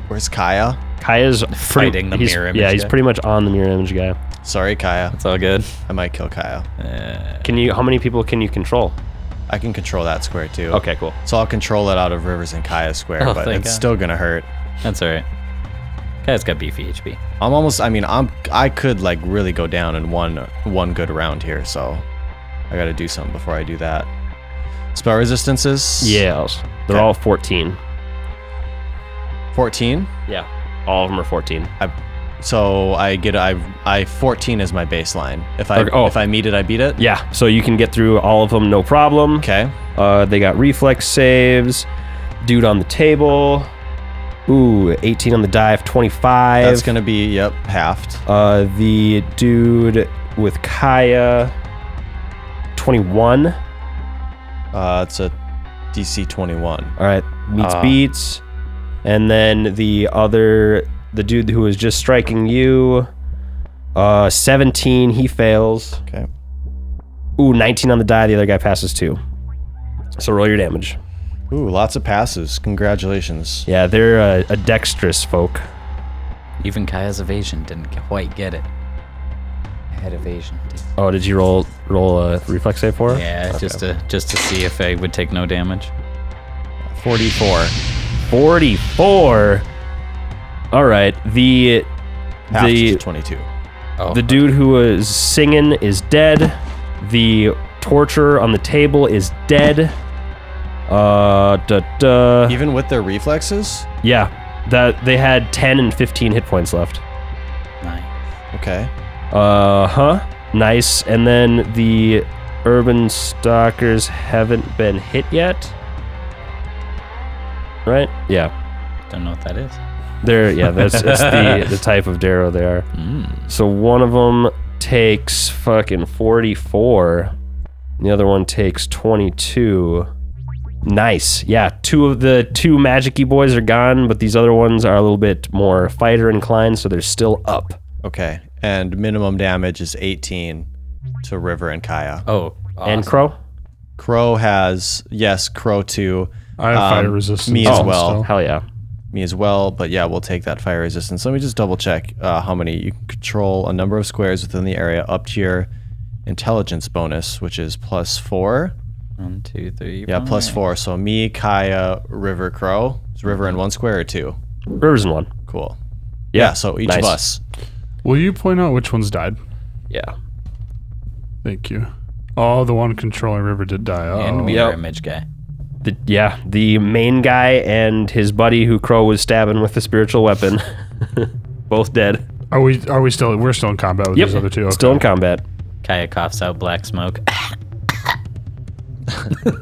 where's Kaya?
Kaya's pretty-
Fighting the
he's-
mirror
Yeah,
image
he's
guy.
pretty much on the mirror image guy.
Sorry, Kaya.
It's all good.
I might kill Kaya.
Can you? How many people can you control?
I can control that square too.
Okay, cool.
So I'll control it out of Rivers and Kaya square,
Oh,
but
thank
it's
God.
still gonna hurt.
That's all right. Guy's got beefy HP.
I'm almost. I mean, I'm. I could like really go down in one one good round here. So I gotta do something before I do that. Spell resistances?
Yes. They're
Okay.
all 14.
14?
Yeah. All of them are 14.
I, so I get I I 14 is my baseline. If I
Okay, oh.
if I meet it, I beat it.
Yeah. So you can get through all of them no problem.
Okay.
Uh, they got reflex saves. Dude on the table. Ooh, 18 on the dive, 25.
That's gonna be yep halved.
Uh, the dude with Kaya, 21. All
Uh, it's a DC 21.
right, meets beats. And then the other, the dude who was just striking you, uh, 17, he fails.
Okay.
Ooh, 19 on the die, the other guy passes too. So roll your damage.
Ooh, lots of passes. Congratulations.
Yeah, they're uh, a dexterous folk.
Even Kaya's evasion didn't quite get it. I had evasion. Too.
Oh, did you roll roll a reflex save for? her?
Yeah, just to just to see if I would take no damage.
44.
44. All right, the
Halved
the
to 22.
The dude who was singing is dead. The torturer on the table is dead. Uh, duh, duh.
Even with their reflexes?
yeah, that they had 10 and 15 hit points left.
Nice.
Okay.
Uh huh. Nice. And then the urban stalkers haven't been hit yet. Right? Yeah.
Don't know what that is.
They're yeah. That's it's the the type of Darrow they are. So one of them takes fucking 44. and The other one takes 22. Nice. Yeah, two of the two magicy boys are gone, but these other ones are a little bit more fighter inclined, so they're still up.
Okay. And minimum damage is 18 to River and Kaya.
Oh,
And Crow?
Crow has yes, Crow too.
I have fire
Um,
resistance.
me as
on
well.
still.
Hell yeah.
Me as well, but yeah, we'll take that fire resistance. Let me just double check uh, how many you can control a number of squares within the area up to your intelligence bonus, which is plus four.
one, two, three.
Yeah, plus four. So me, Kaya, River, Crow. Is River in one square or two?
Rivers in one.
Cool.
Yeah,
Yeah, so each of
nice.
us.
Will you point out which one's died?
Yeah.
Thank you. Oh, the one controlling River did die. Oh,
And mirror
Yep.
image guy.
The, yeah, the main guy and his buddy who Crow was stabbing with the spiritual weapon. Both dead.
are we are we still we're still in combat with these other two? Okay.
Still in combat.
Kaya coughs out black smoke.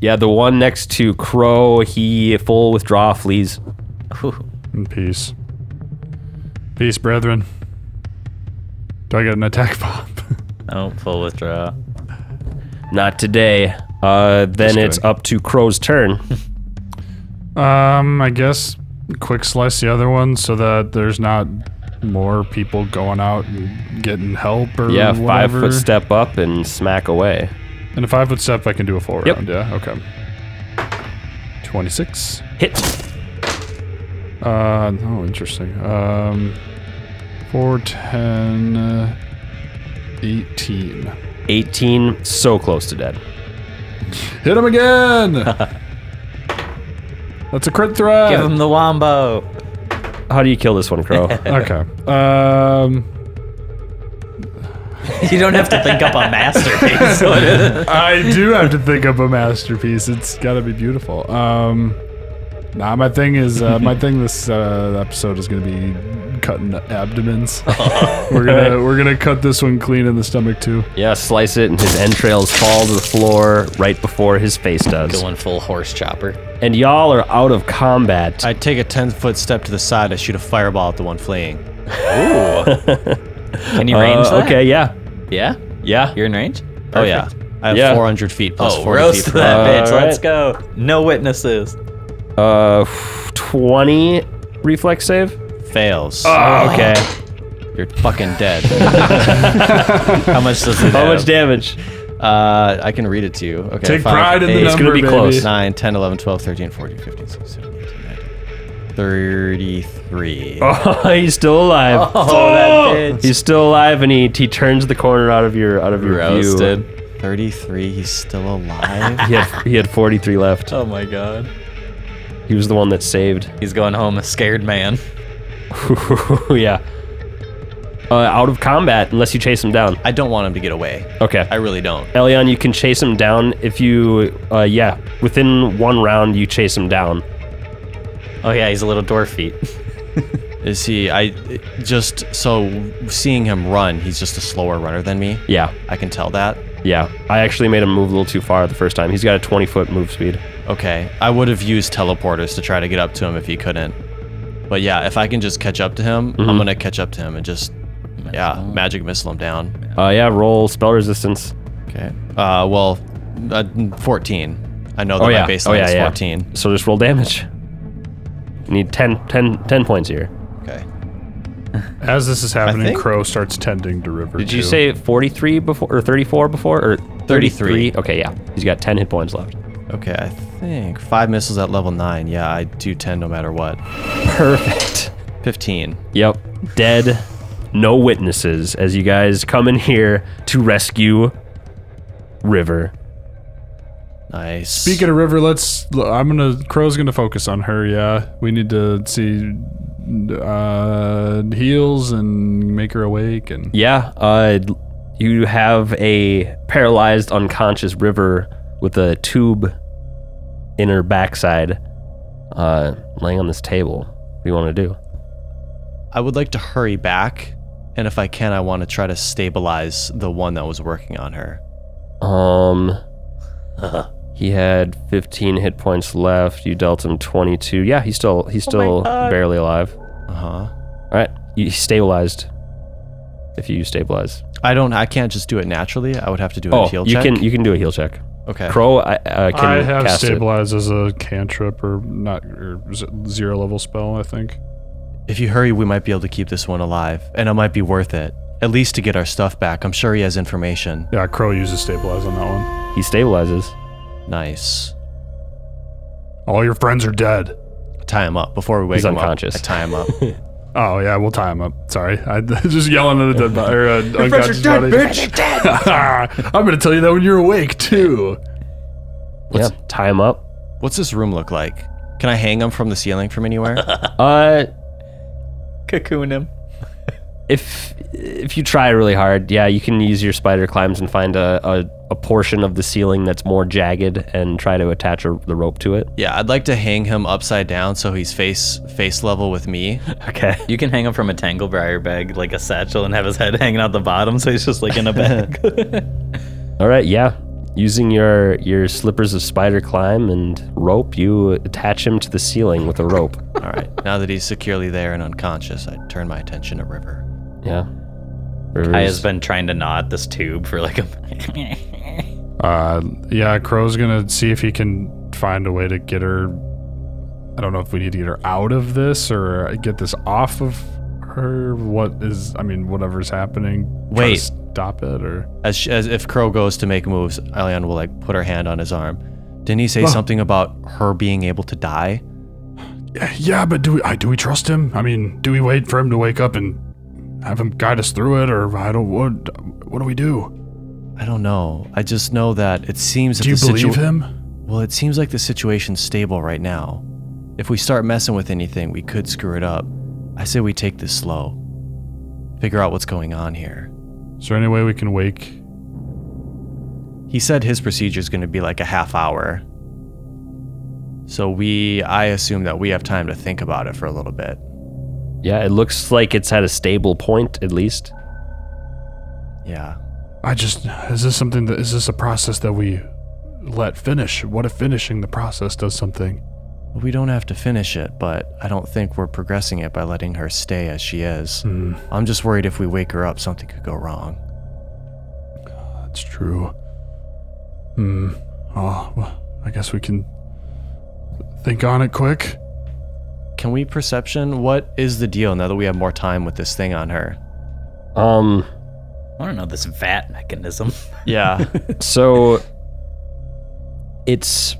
Yeah, the one next to Crow, he full withdraw flees.
Ooh.
in peace. Peace, brethren. Do I get an attack pop?
Oh, full withdraw.
Not today. Uh, then it's
kidding.
up to Crow's turn.
um, I guess quick slice the other one so that there's not more people going out and getting help or
yeah, five
whatever.
foot step up and smack away.
And a five foot step, I can do a full
Yep.
round. Yeah. Okay. Twenty six.
Hit.
Uh, oh, interesting. Um, 4, 10, uh, 18.
18, so close to dead.
Hit him again! That's a crit threat!
Give him the wombo.
How do you kill this one, Crow?
Okay. Um,
You don't have to think up a masterpiece. What is it?
I do have to think of a masterpiece. It's gotta be beautiful. Um, nah, my thing is, uh, my thing this uh, episode is gonna be cutting abdomens. we're gonna we're gonna cut this one clean in the stomach too.
yeah, slice it, and his entrails fall to the floor right before his face does.
Going full horse chopper.
And y'all are out of combat.
I take a 10 foot step to the side. I shoot a fireball at the one fleeing.
Can you range
Uh,
that?
okay, yeah.
Yeah.
Yeah.
You're in range.
Oh, yeah. I have
Yeah.
400 feet plus
Oh,
40
roast
feet. for-
that bitch.
All
Let's
right.
go. No witnesses.
Uh, 20 reflex save?
fails. Oh,
Okay.
You're fucking dead.
How much does it?
How
have?
much damage?
uh, I can read it to you. Okay.
Take
five,
pride in the
eight,
number,
it's gonna be
baby.
close.
9, 10, 11, 12, 13, 14, 15, 16, 17, 18, 19, 33.
Oh. he's still alive.
Oh, that bitch.
He's still alive, and he, he turns the corner out of your out of your view.
roasted.
33, he's still alive?
He had he had 43 left.
Oh my god.
He was the one that saved.
He's going home a scared man.
yeah. uh, out of combat unless you chase him down.
I don't want him to get away.
Okay.
I really don't.
Elion, you can chase him down if you, uh, yeah, within one round you chase him down.
Oh yeah, he's a little dwarf feet.
Is he? I just so seeing him run, he's just a slower runner than me.
Yeah,
I can tell that.
yeah. I actually made him move a little too far the first time. He's got a 20 foot move speed.
Okay, I would have used teleporters to try to get up to him if he couldn't. But yeah, if I can just catch up to him,
Mm-hmm.
I'm gonna catch up to him and just yeah, magic missile him down.
Uh, yeah, roll spell resistance.
Okay. Uh, well, uh, 14. I know that
Oh,
my
yeah.
baseline
Oh, yeah,
is
yeah.
14.
So just roll damage. You need 10, 10, 10 points here.
Okay.
As this is happening,
think-
Crow starts tending to River.
Did you
too.
say 43 before, or 34 before, or 33? Okay, yeah. He's got 10 hit points left.
Okay, I think five missiles at level nine. Yeah, I do 10 no matter what.
Perfect.
15.
Yep. Dead. No witnesses as you guys come in here to rescue River.
Nice.
Speaking of River, let's. l- I'm gonna. Crow's gonna focus on her. Yeah, we need to see uh, heals and make her awake. And
Yeah, uh, you have a paralyzed, unconscious river with a tube in her backside, uh, laying on this table. What do you want to do?
I would like to hurry back, and if I can, I want to try to stabilize the one that was working on her.
Um, he had 15 hit points left. You dealt him 22. Yeah, he's still he's still barely alive.
Uh huh.
All right, you stabilized. If you stabilize,
I don't. I can't just do it naturally. I would have to do a heal
Oh, you
check.
can you can do a heal check.
Okay.
Crow, I uh, can
I have
cast it.
stabilize as a cantrip or not or z- zero level spell. I think.
If you hurry, we might be able to keep this one alive, and it might be worth it. At least to get our stuff back. I'm sure he has information.
Yeah, Crow uses stabilize on that one.
He stabilizes.
Nice.
All your friends are dead.
Tie him up before we wake
He's
him
unconscious.
up. I tie him up.
Oh yeah, we'll tie him up. Sorry, I just yelling at a dead body. Or a unconscious body. I'm gonna tell you that when you're awake too.
Yeah, tie him up.
What's this room look like? Can I hang him from the ceiling from anywhere?
Uh,
Cocoon him.
if if you try really hard, yeah, you can use your spider climbs and find a, a, a portion of the ceiling that's more jagged and try to attach a, the rope to it.
yeah, I'd like to hang him upside down so he's face face level with me.
Okay.
You can hang him from a tanglebriar bag, like a satchel, and have his head hanging out the bottom, so he's just like in a bag.
All right. Yeah. Using your your slippers of spider climb and rope, you attach him to the ceiling with a rope.
All right. Now that he's securely there and unconscious, I turn my attention to River.
Yeah.
I
Rivers-
has been trying to knot this tube for like a minute.
Uh, yeah, Crow's gonna see if he can find a way to get her. I don't know if we need to get her out of this or uh, get this off of her. What is? I mean, whatever's happening. try to
Wait.
stop it or
As, she, as if Crow goes to make moves, Elian will like put her hand on his arm. Didn't he say something about her being able to die?
yeah, but do we? I do we trust him? I mean, do we wait for him to wake up and have him guide us through it, or I don't. What? What do we do?
I don't know. I just know that it seems. that
Do you
the situa-
believe him?
Well, it seems like the situation's stable right now. If we start messing with anything, we could screw it up. I say we take this slow. Figure out what's going on here.
Is there any way we can wake?
He said his procedure's going to be like a half hour. So we, I assume that we have time to think about it for a little bit.
Yeah, it looks like it's at a stable point at least.
Yeah.
I just. Is this something that? Is this a process that we let finish? What if finishing the process does something?
We don't have to finish it, but I don't think we're progressing it by letting her stay as she is. I'm just worried if we wake her up, something could go wrong.
That's true. Hmm. Oh, well, I guess we can think on it quick.
Can we perception? What is the deal now that we have more time with this thing on her?
Um.
I don't know this vat mechanism.
Yeah.
So it's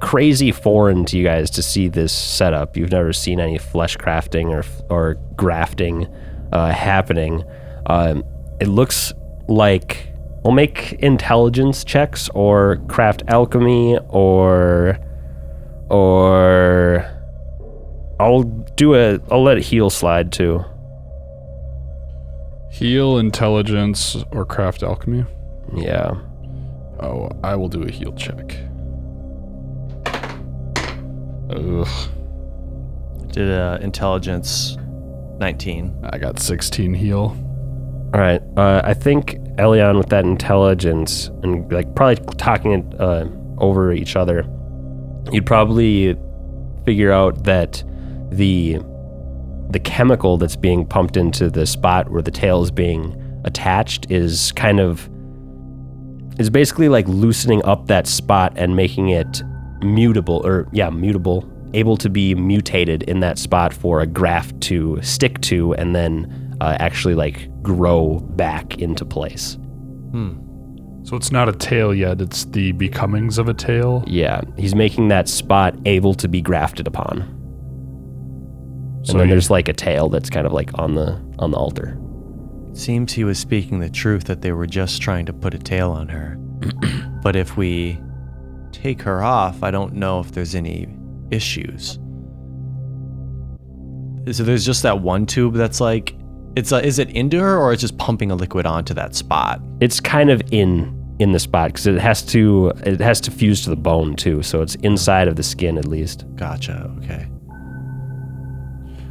crazy foreign to you guys to see this setup. You've never seen any flesh crafting or or grafting uh, happening. Um, it looks like we'll make intelligence checks or craft alchemy or or I'll do a I'll let heal slide too.
Heal, intelligence, or craft alchemy.
Yeah.
Oh, I will do a heal check. Ugh,
Did uh, intelligence 19.
I got 16 heal.
All right. Uh, I think Elion with that intelligence and like probably talking it uh, over each other, you'd probably figure out that the the chemical that's being pumped into the spot where the tail is being attached is kind of is basically like loosening up that spot and making it mutable or yeah mutable able to be mutated in that spot for a graft to stick to and then uh, actually like grow back into place
So it's not a tail yet, it's the becomings of a tail.
yeah he's making that spot able to be grafted upon
So
and then
you-
there's like a tail that's kind of like on the on the altar
Seems he was speaking the truth that they were just trying to put a tail on her. but if we take her off, I don't know if there's any issues. So there's just that one tube that's like, it's a, is it into her or it's just pumping a liquid onto that spot?
it's kind of in in the spot because it has to it has to fuse to the bone too so it's inside of the skin at least
Gotcha. Okay.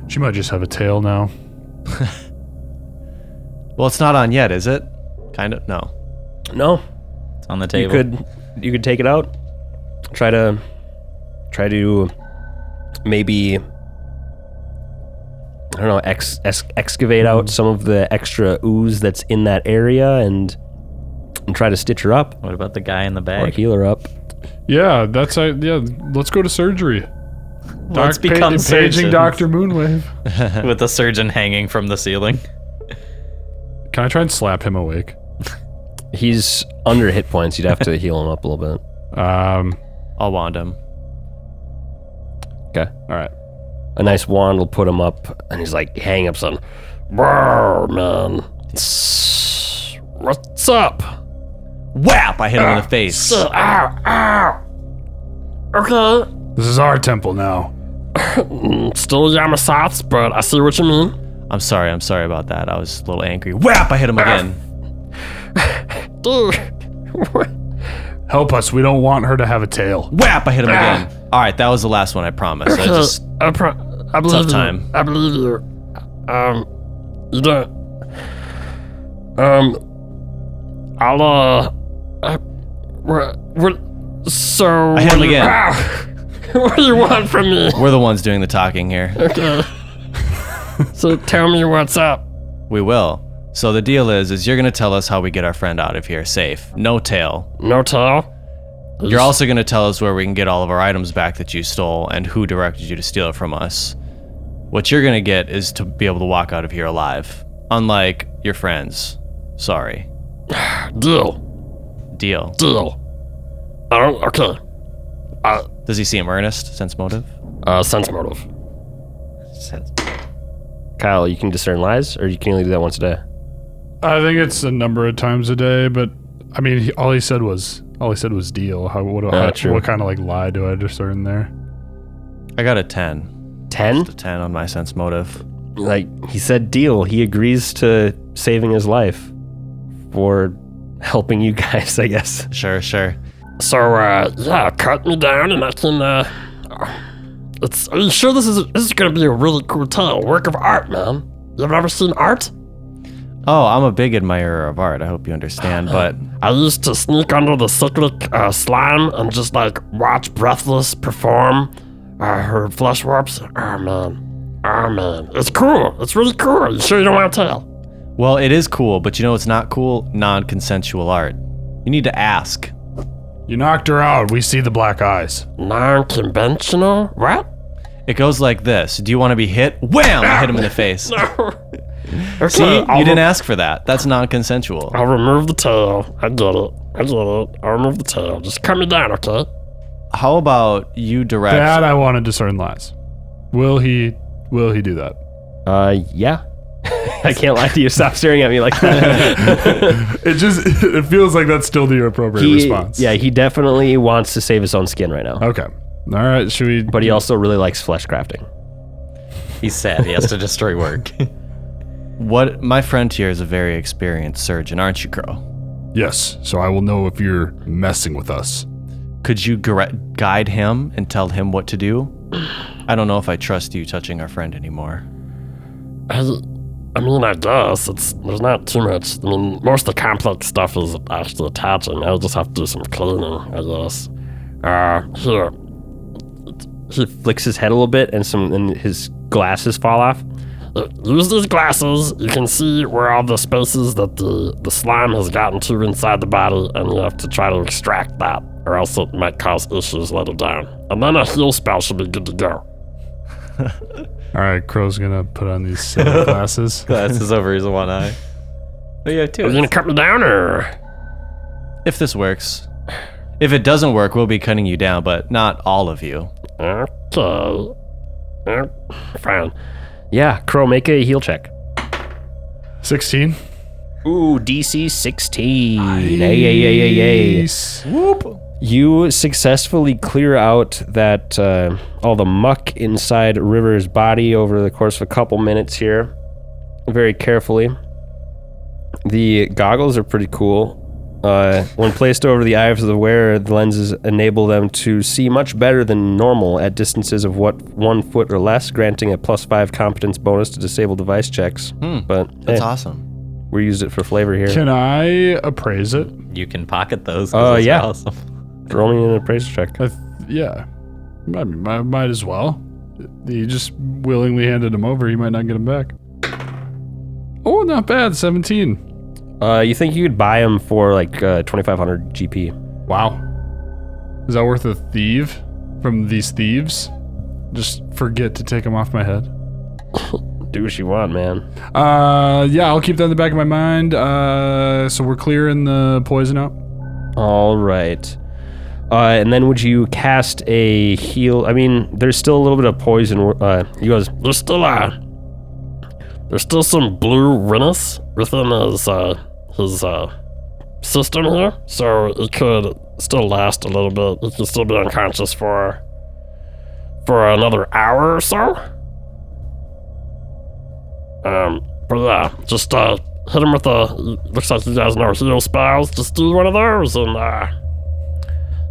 She might just have a tail now.
Well, it's not on yet, is it? Kind of. No.
no
It's on the
you
table.
could you could take it out try to try to maybe i don't know ex, ex, excavate out some of the extra ooze that's in that area and and try to stitch her up
What about the guy in the
or
bag?
heal her up
Yeah, that's I. Yeah, let's go to surgery.
Let's
Doc-
become
pa- paging
surgeons.
Doctor Moonwave.
with the surgeon hanging from the ceiling.
Can I try and slap him awake?
he's under hit points you'd have to heal him up a little bit
Um.
I'll wand him.
okay
All right.
a nice wand will put him up and he's like hang up son
Brr, man. Tss, What's up?
Whap! I hit him in the face.
Uh, Ow, ow. Okay.
This is our temple now.
Mm, Still Yamasats, but I see what you mean.
I'm sorry. I'm sorry about that. I was a little angry. Whap! I hit him again.
Dude.
Help us. We don't want her to have a tail.
Whap! I hit him again. All right, that was the last one. I promise. I just
I, pro- I believe you.
time.
I believe you. Um, you don't. Um, I'll uh, I, we're, we're, so.
I hit him
what do you-
again.
Ow! what do you want from me?
we're the ones doing the talking here.
Okay. so tell me what's up.
We will. So the deal is, is you're gonna tell us how we get our friend out of here safe, no tail.
No tell.
You're also gonna tell us where we can get all of our items back that you stole and who directed you to steal it from us. What you're gonna get is to be able to walk out of here alive, unlike your friends. Sorry.
Deal.
Deal.
Deal. I don't. Okay. I
Does he seem earnest? Sense motive?
uh, sense motive.
kyle you can discern lies or you can only do that once a day
I think it's a number of times a day, but I mean, he, all he said was all he said was deal. How what do
Yeah,
I-
true.
what kind of like lie do I discern there?
I got a 10.
10
A 10 on my sense motive.
like he said deal he agrees to saving his life for helping you guys i guess
Sure, sure.
So uh, yeah, cut me down, and I can. Uh, it's. Are you sure this is this is gonna be a really cool tale? Work of art, man. You've never seen art?
Oh, I'm a big admirer of art. I hope you understand, but
I used to sneak under the cyclic uh, slime and just like watch Breathless perform uh, her flesh warps. Oh man, oh man, it's cool. It's really cool. You sure you don't want to tell?
well, it is cool, but you know it's not cool? Non-consensual art. You need to ask.
You knocked her out. We see the black eyes.
Non-conventional? What?
It goes like this. Do you want to be hit? Wham! I hit him in the face.
Okay,
See?
I'll
You didn't ask for that. That's non-consensual.
I'll remove the tail. I get it. I get it. I'll remove the tail. Just cut me down, okay?
How about you direct
That I want to discern lies. Will he? Will he do that?
uh yeah i can't lie to you stop staring at me like that
It just it feels like that's still the appropriate
He-
response.
yeah he definitely wants to save his own skin right now
Okay. All right. Should we?
but he also really likes flesh crafting
He's sad. He has to destroy work.
What my friend here is a very experienced surgeon, aren't you, Crow?
Yes, so I will know if you're messing with us.
Could you gri- guide him and tell him what to do? I don't know if I trust you touching our friend anymore.
I, I mean, I guess it's there's not too much. I mean, most of the complex stuff is actually attaching. I'll just have to do some cleaning, I guess. Uh, here.
He flicks his head a little bit, and some and his glasses fall off.
Uh, Use these glasses. You can see where all the spaces that the, the slime has gotten to inside the body, and you have to try to extract that, or else it might cause issues later down. And then a heal spell should be good to go.
All right, Crow's gonna put on these silly glasses.
Glasses over his one eye. Oh, you have two.
Are you gonna cut me down, or
If this works, if it doesn't work, we'll be cutting you down, but not all of you.
Okay. Eh, Fine. Yeah, Crow, make a heal check.
16.
Ooh, DC 16. Yay, yay, yay, yay, yay.
Nice.
You successfully clear out that uh, all the muck inside River's body over the course of a couple minutes here, very carefully. The goggles are pretty cool. Uh, when placed over the eyes of the wearer, the lenses enable them to see much better than normal at distances of what one foot or less, granting a plus five competence bonus to disable device checks. but
That's
hey,
awesome.
we used it for flavor here.
Hmm. Can I appraise it?
You can pocket those.
Oh,
Oh
yeah.
yeah. Awesome.
Throw me an appraisal check.
I th- yeah. I mean, I might as well. You just willingly handed him over. You might not get him back. Oh, not bad. 17.
Uh, you think you could buy them for like uh, 2,500 GP?
Wow. Is that worth a thief from these thieves? Just forget to take him off my head.
Do what you want, man.
Uh, yeah, I'll keep that in the back of my mind. Uh, so we're clearing the poison out.
All right. Uh, and then would you cast a heal? I mean, there's still a little bit of poison. Uh, you guys,
There's still a. There's still some blue Renus within his uh, his uh, system here, so it could still last a little bit. It could still be unconscious for for another hour or so. Um, but yeah, just uh, hit him with a. Looks like you guys know heal spells. Just do one of those, and uh,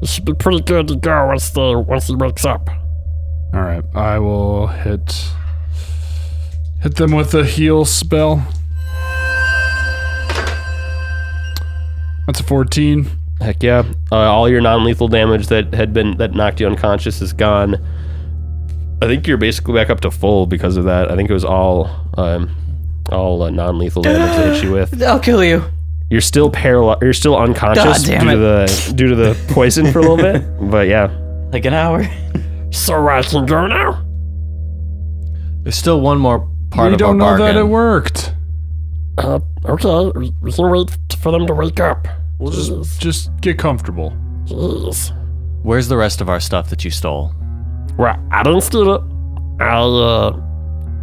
it should be pretty good to go once the once he wakes up.
All right, I will hit hit them with the heal spell. That's a 14.
heck yeah. Uh, all your non-lethal damage that had been that knocked you unconscious is gone. I think you're basically back up to full because of that. I think it was all um, all uh, non-lethal damage that hit you with.
I'll kill you.
You're still paralyzed. You're still unconscious
God damn
due to
it.
the due to the poison for a little bit. But yeah.
Like an hour.
So I can go now.
There's still one more part
we
of
don't know
our bargain.
that it worked.
Uh, okay, we- we can wait for them to wake up. We'll just.
Just get comfortable.
Jeez.
Where's the rest of our stuff that you stole?
Well, I didn't steal it. I, uh.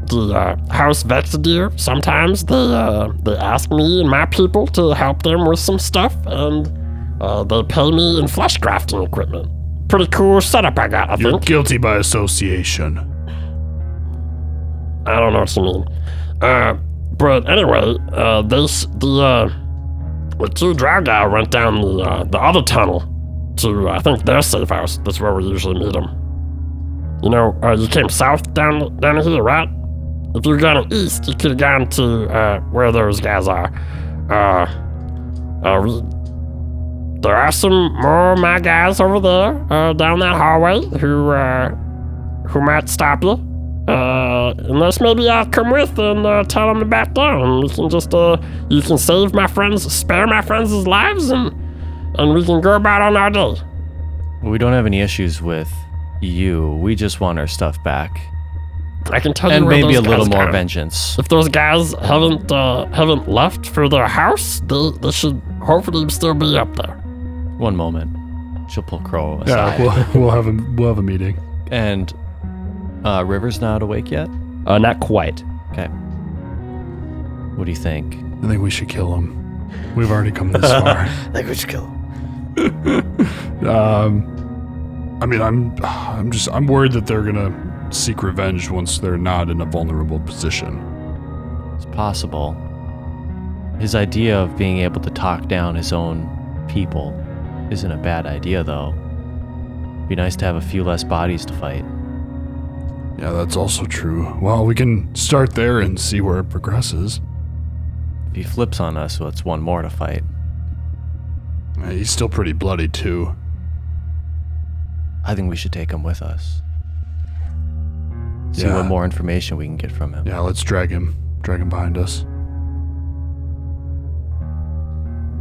The uh, house vets do. Sometimes they, uh, they ask me and my people to help them with some stuff, and uh, they pay me in flesh grafting equipment. Pretty cool setup I got, I
You're
think.
guilty by association.
I don't know what you mean. Uh, but anyway, uh, this the uh, the two drag guy went down the uh, the other tunnel to I think their safe house. That's where we usually meet them. You know, uh, you came south down down here, right? If you're going east, you could have gone to uh, where those guys are. Uh, uh, we- there are some more of my guys over there uh, down that hallway who uh, who might stop you. Uh, unless maybe I come with and uh, tell them to back down. We can just, uh, you can save my friends, spare my friends' lives, and and we can go about on our day.
We don't have any issues with you. We just want our stuff back.
I can tell
And
you where
maybe a
those
little
guys
more
are.
vengeance.
If those guys haven't uh, haven't left for their house, they, they should hopefully still be up there.
One moment. She'll pull Crow
Yeah,
aside.
we'll, we'll have a we'll have a meeting.
and uh, River's not awake yet?
Uh, not quite.
Okay. What do you think?
I think we should kill him. We've already come this far.
Like we should kill him.
Um, I mean, I'm I'm just I'm worried that they're gonna seek revenge once they're not in a vulnerable position.
as possible, his idea of being able to talk down his own people isn't a bad idea, though. Be nice to have a few less bodies to fight.
Yeah, that's also true. Well, we can start there and see where it progresses.
If he flips on us, well, it's one more to fight.
Uh, He's still pretty bloody, too.
I think we should take him with us. See
Yeah.
what more information we can get from him.
Yeah, let's drag him. Drag him behind us.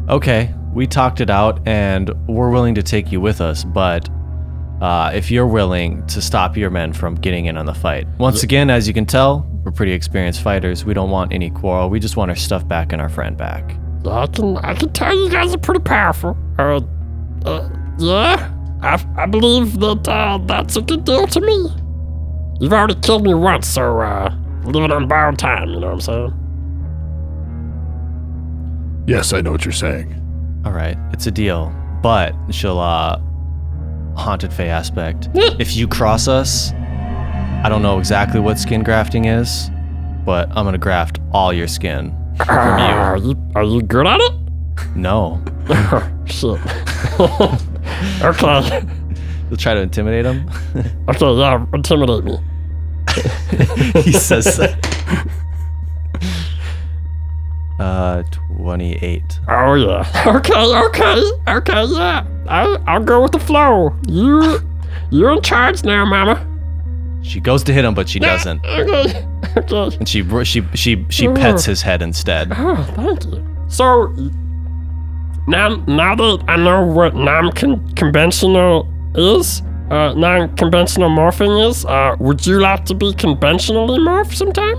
Okay, we talked it out and we're willing to take you with us, but uh, if you're willing to stop your men from getting in on the fight. Once again, as you can tell, we're pretty experienced fighters. We don't want any quarrel. We just want our stuff back and our friend back.
I can I can tell you guys are pretty powerful. Uh, uh yeah, I, I believe that uh, that's a good deal to me. You've already killed me once, so uh, leave it on borrowed time. You know what I'm saying?
Yes, I know what you're saying.
All right, it's a deal, but she'll uh, haunted fey aspect. if you cross us, I don't know exactly what skin grafting is, but I'm gonna graft all your skin.
Ah, Are you are you good at it?
No,
Shit. okay.
you'll try to intimidate him.
Okay. Yeah. Intimidate me.
he says that. Uh, 28.
Oh yeah. Okay, okay, okay, yeah. I I'll go with the flow. You you're in charge now, mama.
She goes to hit him, but she doesn't.
Okay, okay.
And she she she she pets his head instead.
Oh, thank you. So now now that I know what non-conventional is, uh, non-conventional morphing is, uh, would you like to be conventionally morphed sometime?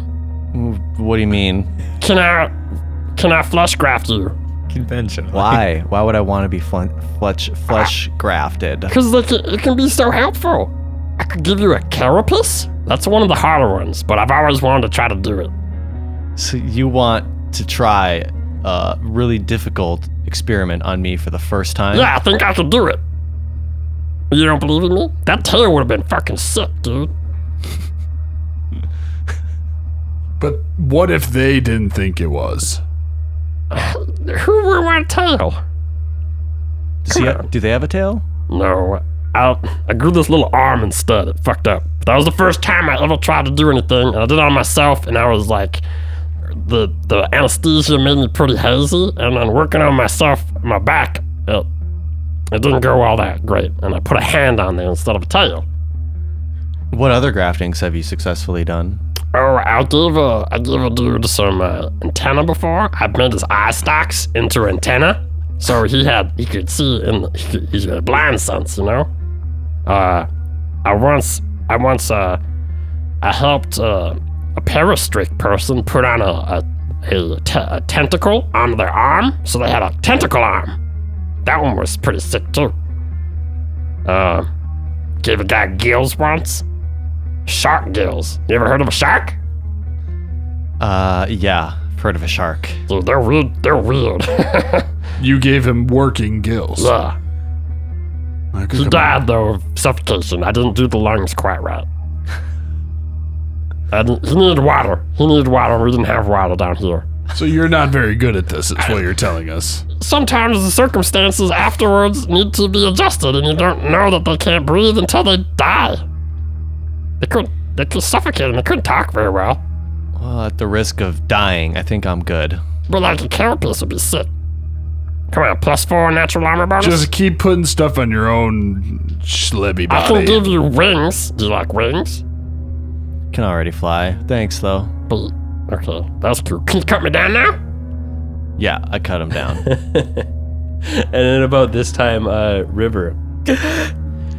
What do you mean?
Can I can I flush graft you?
Conventional.
Why? Why would I want to be fl- flesh flesh grafted?
Because they can, it can be so helpful. I could give you a carapace. That's one of the harder ones, but I've always wanted to try to do it.
So you want to try a really difficult experiment on me for the first time?
Yeah, I think I can do it. You don't believe in me? That tail would have been fucking sick, dude.
But what if they didn't think it was?
Who would want a tail?
Does he ha- do they have a tail?
No, I, I grew this little arm instead. It fucked up. That was the first time I ever tried to do anything. and I did it on myself, and I was like, the the anesthesia made me pretty hazy, and then working on myself, my back, it, it didn't go all that great. And I put a hand on there instead of a tail.
What other graftings have you successfully done?
Oh, I gave a I gave a dude some uh, antenna before. I made his eye stocks into antenna, so he had he could see in the, he could, he had blind sense, you know. Uh, I once I once uh, I helped uh, a parastrict person put on a a, a, te- a tentacle on their arm, so they had a tentacle arm. That one was pretty sick too. Uh, gave a guy gills once. Shark gills. You ever heard of a shark?
Uh, yeah, I've heard of a shark.
Dude, they're weird. They're weird.
You gave him working gills.
yeah.
I could
He
come-
died though of suffocation. I didn't do the lungs quite right. I didn't- he needed water. He needed water. We didn't have water down here.
So you're not very good at this, is what you're telling us.
Sometimes the circumstances afterwards need to be adjusted, and you don't know that they can't breathe until they die. They couldn't. They could suffocate, and they couldn't talk very well.
Well, at the risk of dying, I think I'm good.
But like a carapace would be sick. Come on, plus four natural armor bonus.
Just keep putting stuff on your own schlebby
I can
body.
give you rings. Do you like rings?
Can already fly. Thanks, though.
But okay, that's cool. Can you cut me down now?
Yeah, I cut him down.
And then about this time, uh, River.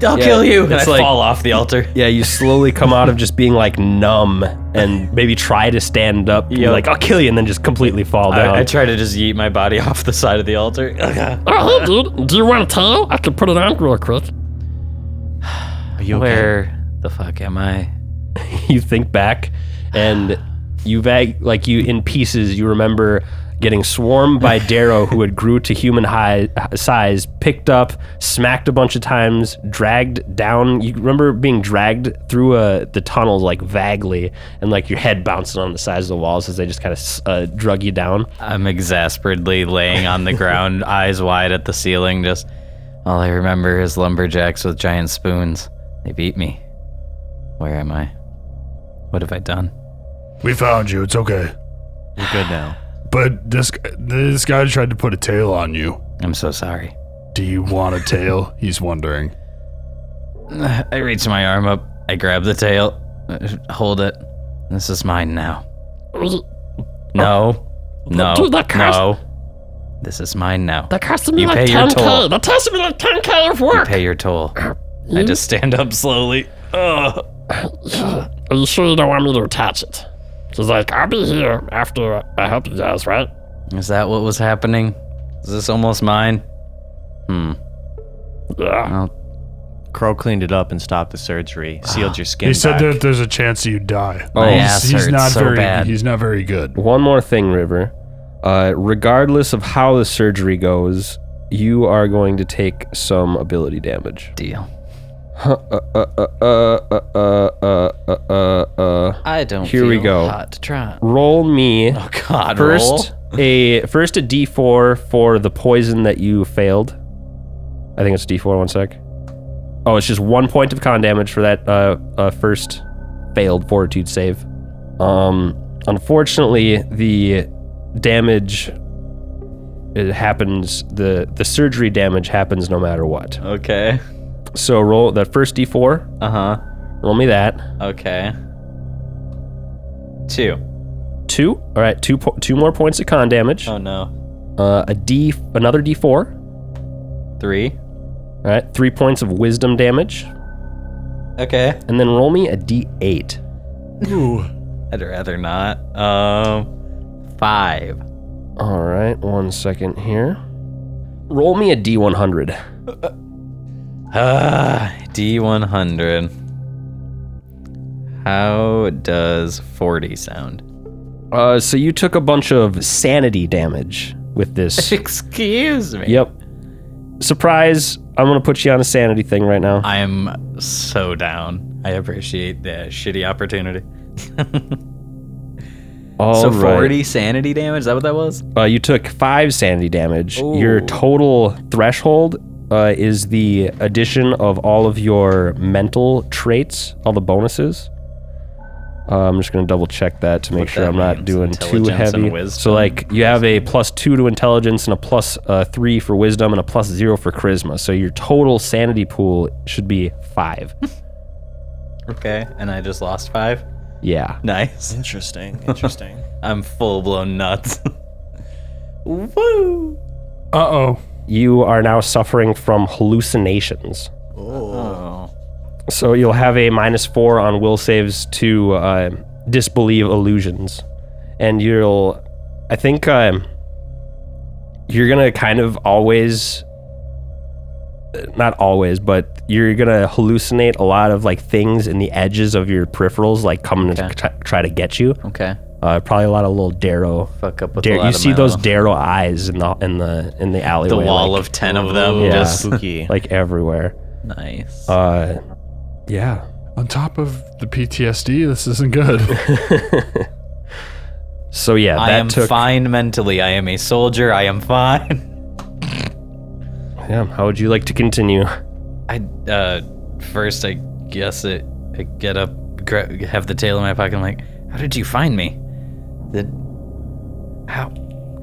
I'll kill you. And I
it's like-
fall off the altar.
Yeah, you slowly come out of just being like numb and maybe try to stand up. You're like, I'll kill you, and then just completely fall down.
I, I try to just yeet my body off the side of the altar.
Oh, hey, dude. Do you want a tail? I can put it on real quick.
Are you okay?
Where the fuck am I?
you think back and you vague like you in pieces you remember getting swarmed by Darrow, who had grew to human high, size, picked up, smacked a bunch of times, dragged down. You remember being dragged through uh, the tunnel like vaguely, and like your head bouncing on the sides of the walls as they just kind of uh, drug you down.
I'm exasperatedly laying on the ground, eyes wide at the ceiling, just all I remember is lumberjacks with giant spoons. They beat me. Where am I? What have I done?
We found you. It's okay.
You're good now.
But this this guy tried to put a tail on you.
I'm so sorry.
Do you want a tail? He's wondering.
I reach my arm up, I grab the tail, uh, hold it. This is mine now. No.
Oh.
No.
Dude, that cost-
No. This is mine now.
That cost me
You
like
pay your
10k.
toll.
That cost me like 10k of
You
work.
pay your toll. I just stand up slowly.
Are you sure you don't want me to attach it? She's like, I'll be here after I help you guys, right?
Is that what was happening? Is this almost mine?
Yeah.
Crow cleaned it up and stopped the surgery. Sealed your skin.
He said
back.
that there's a chance you die.
My ass
he's, he's
hurts
not
so
very
bad.
he's not very good.
One more thing, River. Uh, regardless of how the surgery goes, you are going to take some ability damage.
Deal.
Uh, uh, uh, uh, uh, uh, uh, uh, uh.
I don't
Here we
feel
go.
hot to try.
Roll me
Oh god,
first a first a d4 for the poison that you failed. I think it's d4. One sec. Oh, it's just one point of con damage for that uh, uh, first failed fortitude save. Um, unfortunately, the damage it happens the the surgery damage happens no matter what.
roll. Okay.
So roll that first d4.
Uh-huh.
Roll me that.
Okay. Two.
Two. All right, two po- two more points of con damage.
Oh no.
Uh, a d another d4.
Three.
All right, three points of wisdom damage,
Okay.
and then roll me a d8.
I'd rather not. Um five.
All right, one second here. Roll me a d100.
Ah, D one hundred. How does forty sound?
Uh, so you took a bunch of sanity damage with this.
Excuse me.
yep. Surprise! I'm gonna put you on a sanity thing right now.
I am so down. I appreciate the shitty opportunity.
All
so
right.
40 sanity damage? Is that what that was?
Uh, you took five sanity damage. Your
Ooh.
total threshold uh, is the addition of all of your mental traits, all the bonuses. Uh, I'm just gonna double check that to make
What
sure
that
I'm not
means,
doing too
intelligence and
heavy. So
wisdom.
like you have a plus two to intelligence and a plus uh, three for wisdom and a plus zero for charisma. So your total sanity pool should be five.
Okay. And I just lost five.
yeah.
Nice.
Interesting. Interesting.
I'm full blown nuts. Woo!
Uh oh.
You are now suffering from hallucinations.
Oh.
So you'll have a minus four on will saves to uh, disbelieve illusions, and you'll, I think, um, you're gonna kind of always, not always, but you're gonna hallucinate a lot of like things in the edges of your peripherals, like coming to try, try to get you.
Okay.
Uh, probably a lot of little Darrow.
Fuck up with a
Dar-
lot
you
of
see
my
those
luck.
Darrow eyes in the in the in the
the
alleyway,
wall
like,
of 10 of them.
Yeah.
Just
Spooky.
like everywhere.
nice.
Uh, yeah.
On top of the PTSD, this isn't good.
So yeah,
I
that
am
took.
fine mentally. I am a soldier. I am fine.
Yeah, how would you like to continue?
I, uh, first, I guess it, I get up, gra- have the tail in my pocket. I'm like, how did you find me? The, how?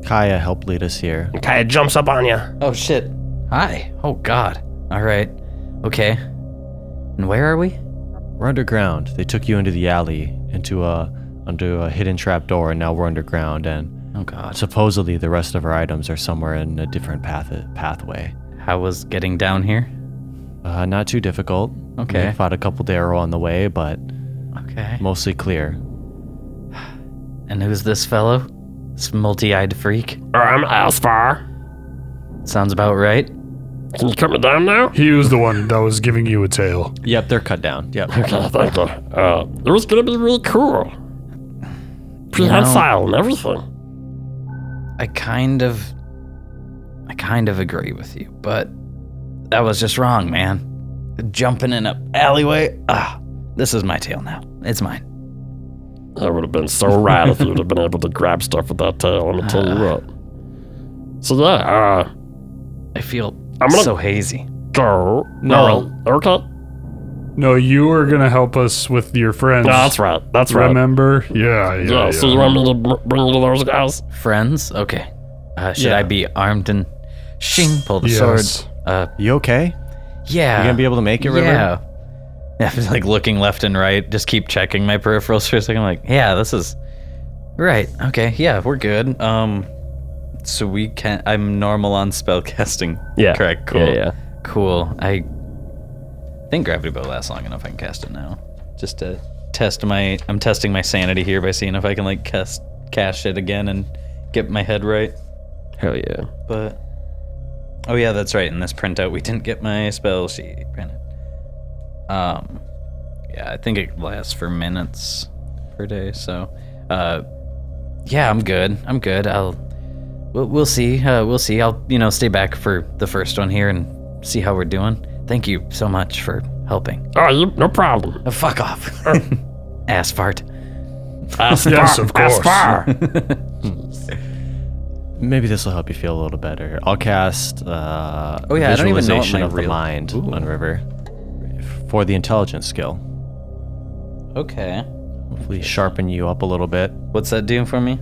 Kaya helped lead us here.
Kaya jumps up on you.
Oh shit. Hi. Oh god. All right. Okay. And where are we?
We're underground. They took you into the alley, into a under a hidden trap door, and now we're underground. And
Oh god.
supposedly the rest of our items are somewhere in a different path pathway.
How was getting down here?
Uh, not too difficult.
Okay.
We fought a couple Darrow on the way, but
Okay.
mostly clear.
And who's this fellow? This multi-eyed freak?
Or I'm Aspar.
Sounds about right.
Can you cut me down now?
he was the one that was giving you a tail.
Yep, they're cut down. Yep.
Okay, thank you. Uh, it was gonna be really cool. Prehensile and everything.
I kind of, I kind of agree with you, but that was just wrong, man. Jumping in a alleyway. Ah, this is my tail now. It's mine.
I would have been so right if you'd have been able to grab stuff with that tail. Let me tell you
Uh.
what. So yeah, uh,
I feel
I'm gonna-
so hazy.
go.
No.
Alright, Okay.
No, you were gonna help us with your friends.
No, that's right. That's right.
Remember? Yeah, yeah.
Yeah,
yeah.
So you want me to br- bring you to those guys?
Friends? Okay. Uh, should
Yeah.
I be armed and shing? Pull the
Yes.
sword. Uh,
You okay?
yeah.
You gonna be able to make it, River?
Yeah. Yeah, I'm like looking left and right, just keep checking my peripherals for a second. Like, yeah, this is right. Okay, yeah, we're good. Um, so we can. I'm normal on spell casting.
Yeah.
Correct. Cool.
Yeah, yeah.
Cool. I think gravity bow lasts long enough. I can cast it now. Just to test my. I'm testing my sanity here by seeing if I can like cast cash it again and get my head right.
Hell yeah.
But oh yeah, that's right. In this printout, we didn't get my spell sheet printed. Um, yeah, I think it lasts for minutes per day. So, uh, yeah, I'm good. I'm good. I'll we'll, we'll see. Uh, we'll see. I'll you know stay back for the first one here and see how we're doing. Thank you so much for helping.
Oh, you, no problem.
Uh, fuck off, ass fart.
Yes, of course.
That's fine.
Maybe this will help you feel a little better. I'll cast uh,
Oh, yeah, I don't even know what
visualization
my
of the
real-
mind on River for the intelligence skill.
Okay,
Hopefully, sharpen you up a little bit.
what's that doing for me?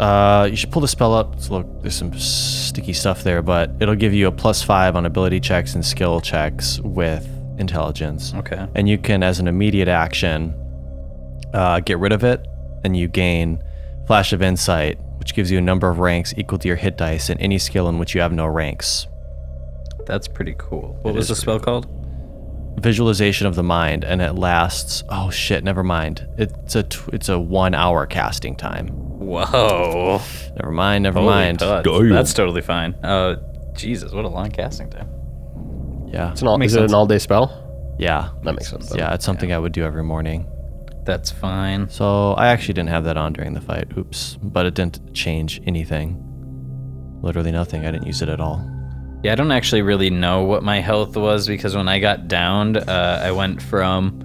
Uh, you should pull the spell up. It's a little- there's some sticky stuff there, but it'll give you a plus five on ability checks and skill checks with intelligence.
Okay.
And you can, as an immediate action, uh, get rid of it, and you gain Flash of Insight, which gives you a number of ranks equal to your hit dice in any skill in which you have no ranks.
That's pretty cool. What was the spell called?
Visualization of the mind, and it lasts. Oh shit! Never mind. It's a tw- it's a one hour casting time.
Whoa.
Never mind. Never
Holy
mind.
tuds.
Damn.
That's totally fine. Uh, Jesus, what a long casting time.
Yeah.
It's an all,
Makes
is it
sense.
an all day spell?
Yeah.
That makes sense. then.
Yeah, it's something I would do every morning.
That's fine.
So I actually didn't have that on during the fight. Oops. But it didn't change anything. Literally nothing. I didn't use it at all.
Yeah, I don't actually really know what my health was because when I got downed, uh, I went from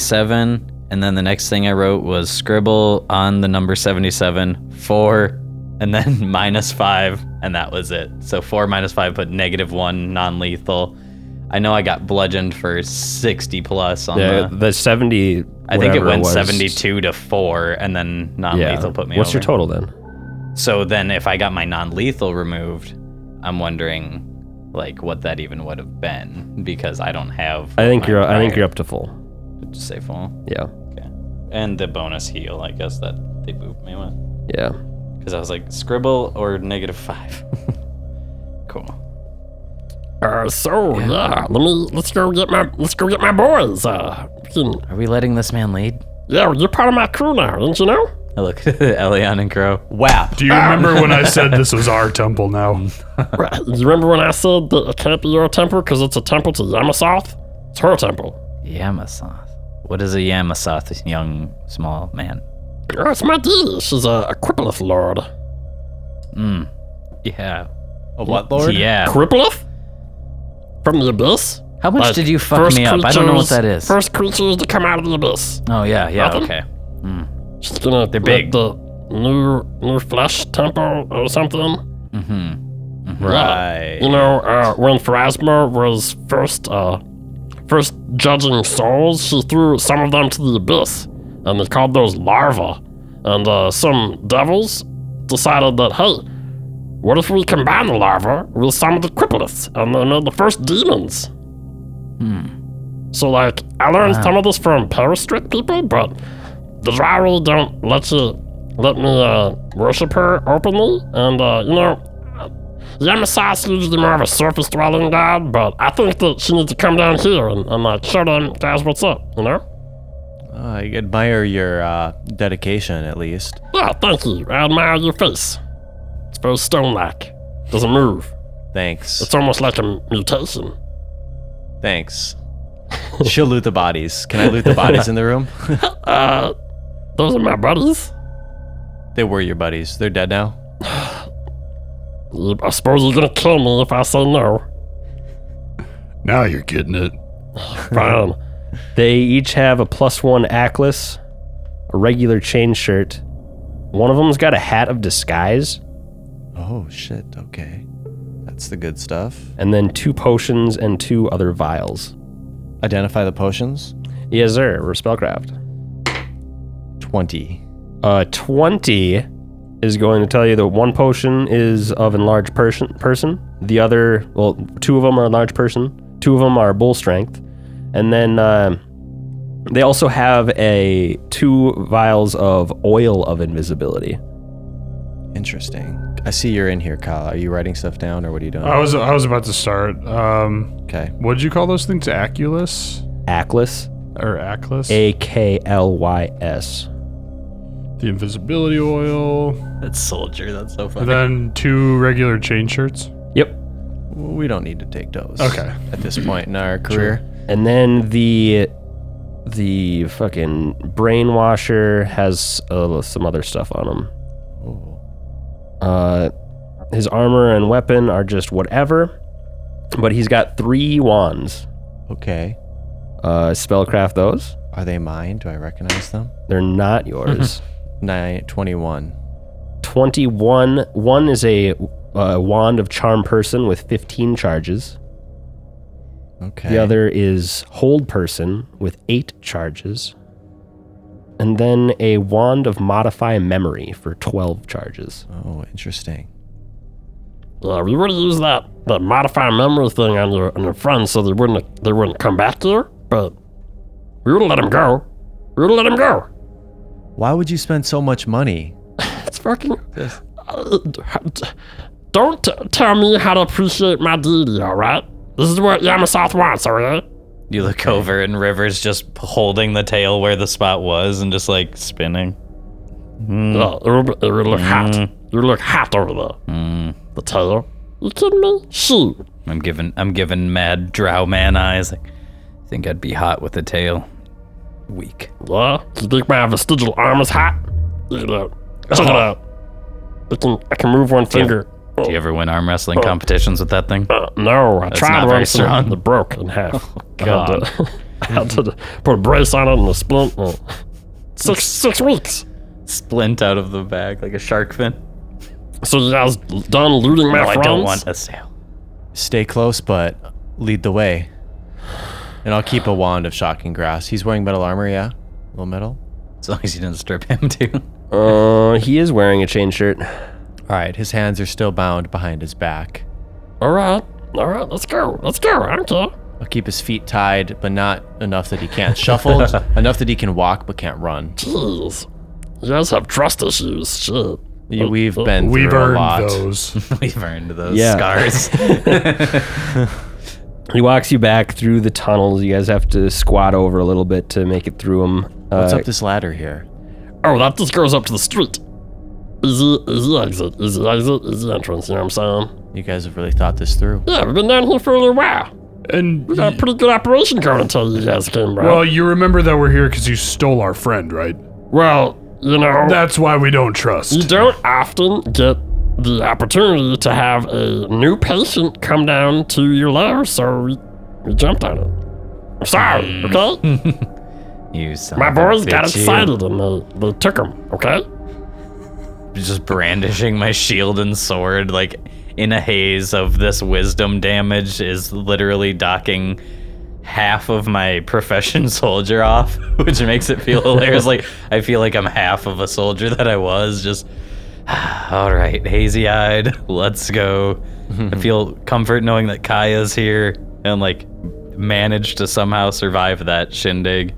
77, and then the next thing I wrote was scribble on the number 77, four, and then minus five, and that was it. So four minus five, but negative one, non lethal. I know I got bludgeoned for 60 plus on
Yeah,
the.
the 70.
I think it
whatever
went
was-
72 to 4, and then non
Yeah.
lethal put me
What's your
over.
total then?
So then, if I got my non lethal removed, I'm wondering, like, what that even would have been because I don't have.
I think
my
you're I think
prior-
you're up to full.
Just say full.
Yeah.
Okay. And the bonus heal, I guess that they moved me with.
Yeah.
Because I was like, scribble or negative five. cool.
Uh, so yeah. let me let's go get my let's go get my boys. Uh, you can-
Are we letting this man lead?
yeah, well, you're part of my crew now, didn't you know?
I look at Elion and Crow.
Whap!
Do you remember when I said this was our temple now?
Right. You remember when I said that it can't be your temple because it's a temple to Yamasoth? It's her temple.
Yamasoth. What is a Yamasoth, young, small man?
Oh, it's my D. She's a, a crippleth lord.
Yeah.
A what, Lord?
Yeah.
Crippleth? From the abyss?
How much
Like,
did you fuck
first
me up? I don't know what
creatures-
that is.
First creatures to come out of the abyss.
oh, yeah, yeah,
Nothing?
okay.
She's gonna They're
big.
the new new flesh temple or something.
Right.
You know, uh, when Phrasma was first uh, first judging souls, she threw some of them to the abyss, and they called those larvae. And uh, some devils decided that hey, what if we combine the larvae with some of the cripplets, and then they're the first demons. So like, I learned some of this from Parastrict people, but the Drow don't let you let me uh, worship her openly, and uh, you know, Yamasa's usually more of a surface dwelling god, but I think that she needs to come down here and, and like show them guys what's up, you know?
I admire your uh, dedication, at least.
Yeah, thank you. I admire your face. It's very stone like. Doesn't move.
Thanks.
It's almost like a mutation.
Thanks. She'll loot the bodies. Can I loot the bodies in the room?
Uh, those are my buddies.
they were your buddies. They're dead now.
You- I suppose you're gonna kill me if I say no.
Now you're getting it.
Fine.
They each have a plus one Atlas, a regular chain shirt. One of them's got a hat of disguise,
Oh shit. Okay. That's the good stuff.
and then two potions and two other vials.
Identify the potions.
Yes, sir. We're spellcraft.
Twenty.
Uh, twenty is going to tell you that one potion is of enlarged person. Person. The other, well, two of them are enlarged person. Two of them are bull strength, and then uh, they also have a two vials of oil of invisibility.
Interesting. I see you're in here, Kyle. Are you writing stuff down or what are you doing?
I was I was about to start. Um,
Okay.
what did you call those things? Aculus
Atlas.
or Aclus?
A K L Y S.
the invisibility oil.
That's soldier. That's so
And
funny.
then two regular chain shirts.
Yep.
Well, we don't need to take those.
Okay.
At this point in our career.
And then the the fucking brainwasher has uh, some other stuff on him.
Oh,
Uh, his armor and weapon are just whatever, but he's got three wands.
Okay.
Uh, spellcraft those.
Are they mine? Do I recognize them?
They're not yours.
Nine, 21.
21. One is a uh, wand of charm person with 15 charges.
Okay.
The other is Hold Person with eight charges. And then a Wand of Modify Memory for 12 charges.
Oh, interesting.
Yeah, we would have used that that modify memory thing on your on your friends so they wouldn't they wouldn't come back to you. But we would have let him go. We would have let him go.
Why would you spend so much money?
It's fucking. Uh, Don't t- tell me how to appreciate my deity, all right? This is what Yama South wants, all right?
You look over and River's just holding the tail where the spot was and just like spinning. Mm.
Yeah, it would, be- it would Uh, look hot. It would look hot over there.
Mm.
The tail. You kidding me? Shoot.
I'm giving I'm giving mad drow man eyes. Like, think I'd be hot with a tail. Weak.
Yeah? You think my vestigial arm is hot? Look at that. Check it out. I can, I can move one finger.
Do you ever win arm wrestling competitions with that thing?
Uh, no, I tried
not very
once and
strong. Oh,
it broke in half.
God.
I had, to, I had to put a brace on it and a splint. uh, Six, six weeks.
Splint out of the bag like a shark fin.
So you guys done looting my
No, I
friends?
don't want a tail.
Stay close, but lead the way. And I'll keep a wand of shocking grass. He's wearing metal armor, yeah? Little metal?
As long as you didn't strip him too.
Uh, he is wearing a chain shirt.
All right, his hands are still bound behind his back.
All right, all right, let's go, let's go. I don't care.
I'll keep his feet tied, but not enough that he can't shuffle, enough that he can walk but can't run.
Jeez, you guys have trust issues. Shit.
You- We've been through
Uh, We've
a lot.
earned those.
We've earned those
Yeah.
scars.
He walks you back through the tunnels. You guys have to squat over a little bit to make it through him.
What's
Uh,
up this ladder here?
Oh, that just goes up to the street. Easy, easy exit, easy exit, easy entrance. You know what I'm saying?
You guys have really thought this through.
Yeah, we've been down here for a little while.
And
We got a pretty good operation going until you guys came by.
well, you remember that we're here because you stole our friend, right?
well, you know,
That's why we don't
you
trust.
don't often get the opportunity to have a new patient come down to your lair, so we, we jumped on it. I'm sorry, okay?
you son
My
of a
boys got
bitch, you.
excited and they, they took him, okay?
just brandishing my shield and sword, like in a haze of this wisdom damage, is literally docking half of my profession soldier off, which makes it feel hilarious. like I feel like I'm half of a soldier that I was. Just all right, hazy eyed, let's go. I feel comfort knowing that Kaya's here and like managed to somehow survive that shindig,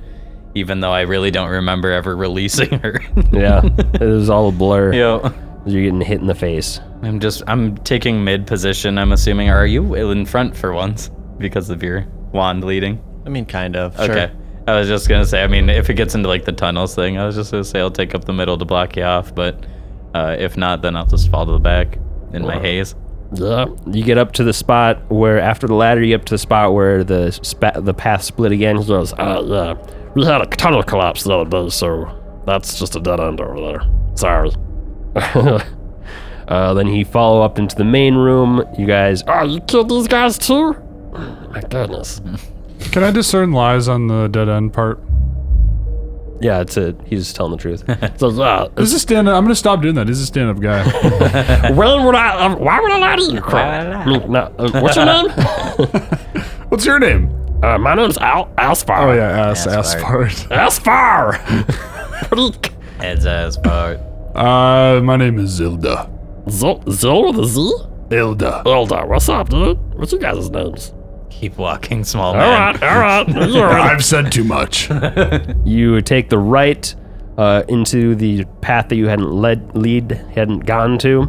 even though I really don't remember ever releasing her.
yeah, it was all a blur.
Yo.
You're getting hit in the face.
I'm just I'm taking mid position. I'm assuming. Or are you in front for once because of your wand leading?
I mean, kind of.
Okay.
Sure.
I was just gonna say. I mean, if it gets into like the tunnels thing, I was just gonna say I'll take up the middle to block you off. But uh, if not, then I'll just fall to the back in my haze.
Yeah.
You get up to the spot where, after the ladder, you get up to the spot where the spa- the path split again.
He goes, uh, yeah, we had a tunnel collapse Oh, the other day, so that's just a dead end over there. Sorry.
Uh, then he follow up into the main room. You guys,
Oh, you killed these guys too? My goodness.
Can I discern lies on the dead end part?
yeah, it's it. He's just telling the truth.
So, uh, yeah, it's-
This is stand up. I'm gonna stop doing that. This is stand up guy.
when would I? Um, why would I lie to you, Crow?
would I lie?
I mean, no, uh, what's your name?
What's your name?
uh, my name's Al Aspar.
Oh yeah, ass ass part.
Aspar.
Heads ass part.
Uh, my name is Zilda.
Zil Zil with a Z?
Ilda.
Elda, what's up, dude? What's you guys' names?
Keep walking, small
All
man.
right, all right. You all right.
I've said too much.
you take the right uh, into the path that you hadn't led lead hadn't gone to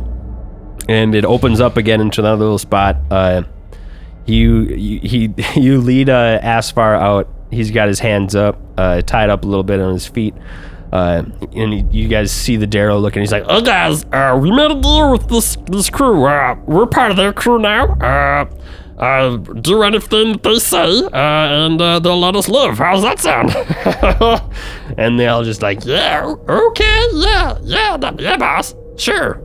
and it opens up again into another little spot uh, you, you he you lead uh, Asfar out he's got his hands up uh, tied up a little bit on his feet uh, and you- you guys see the Darrow looking he's like
Uh, guys, uh, we made a deal with this this crew. Uh, we're part of their crew now. Uh, uh, do anything that they say, uh, and uh, they'll let us live. How's that sound?
and they're all just like
yeah, okay, yeah, yeah, that, yeah, boss, sure.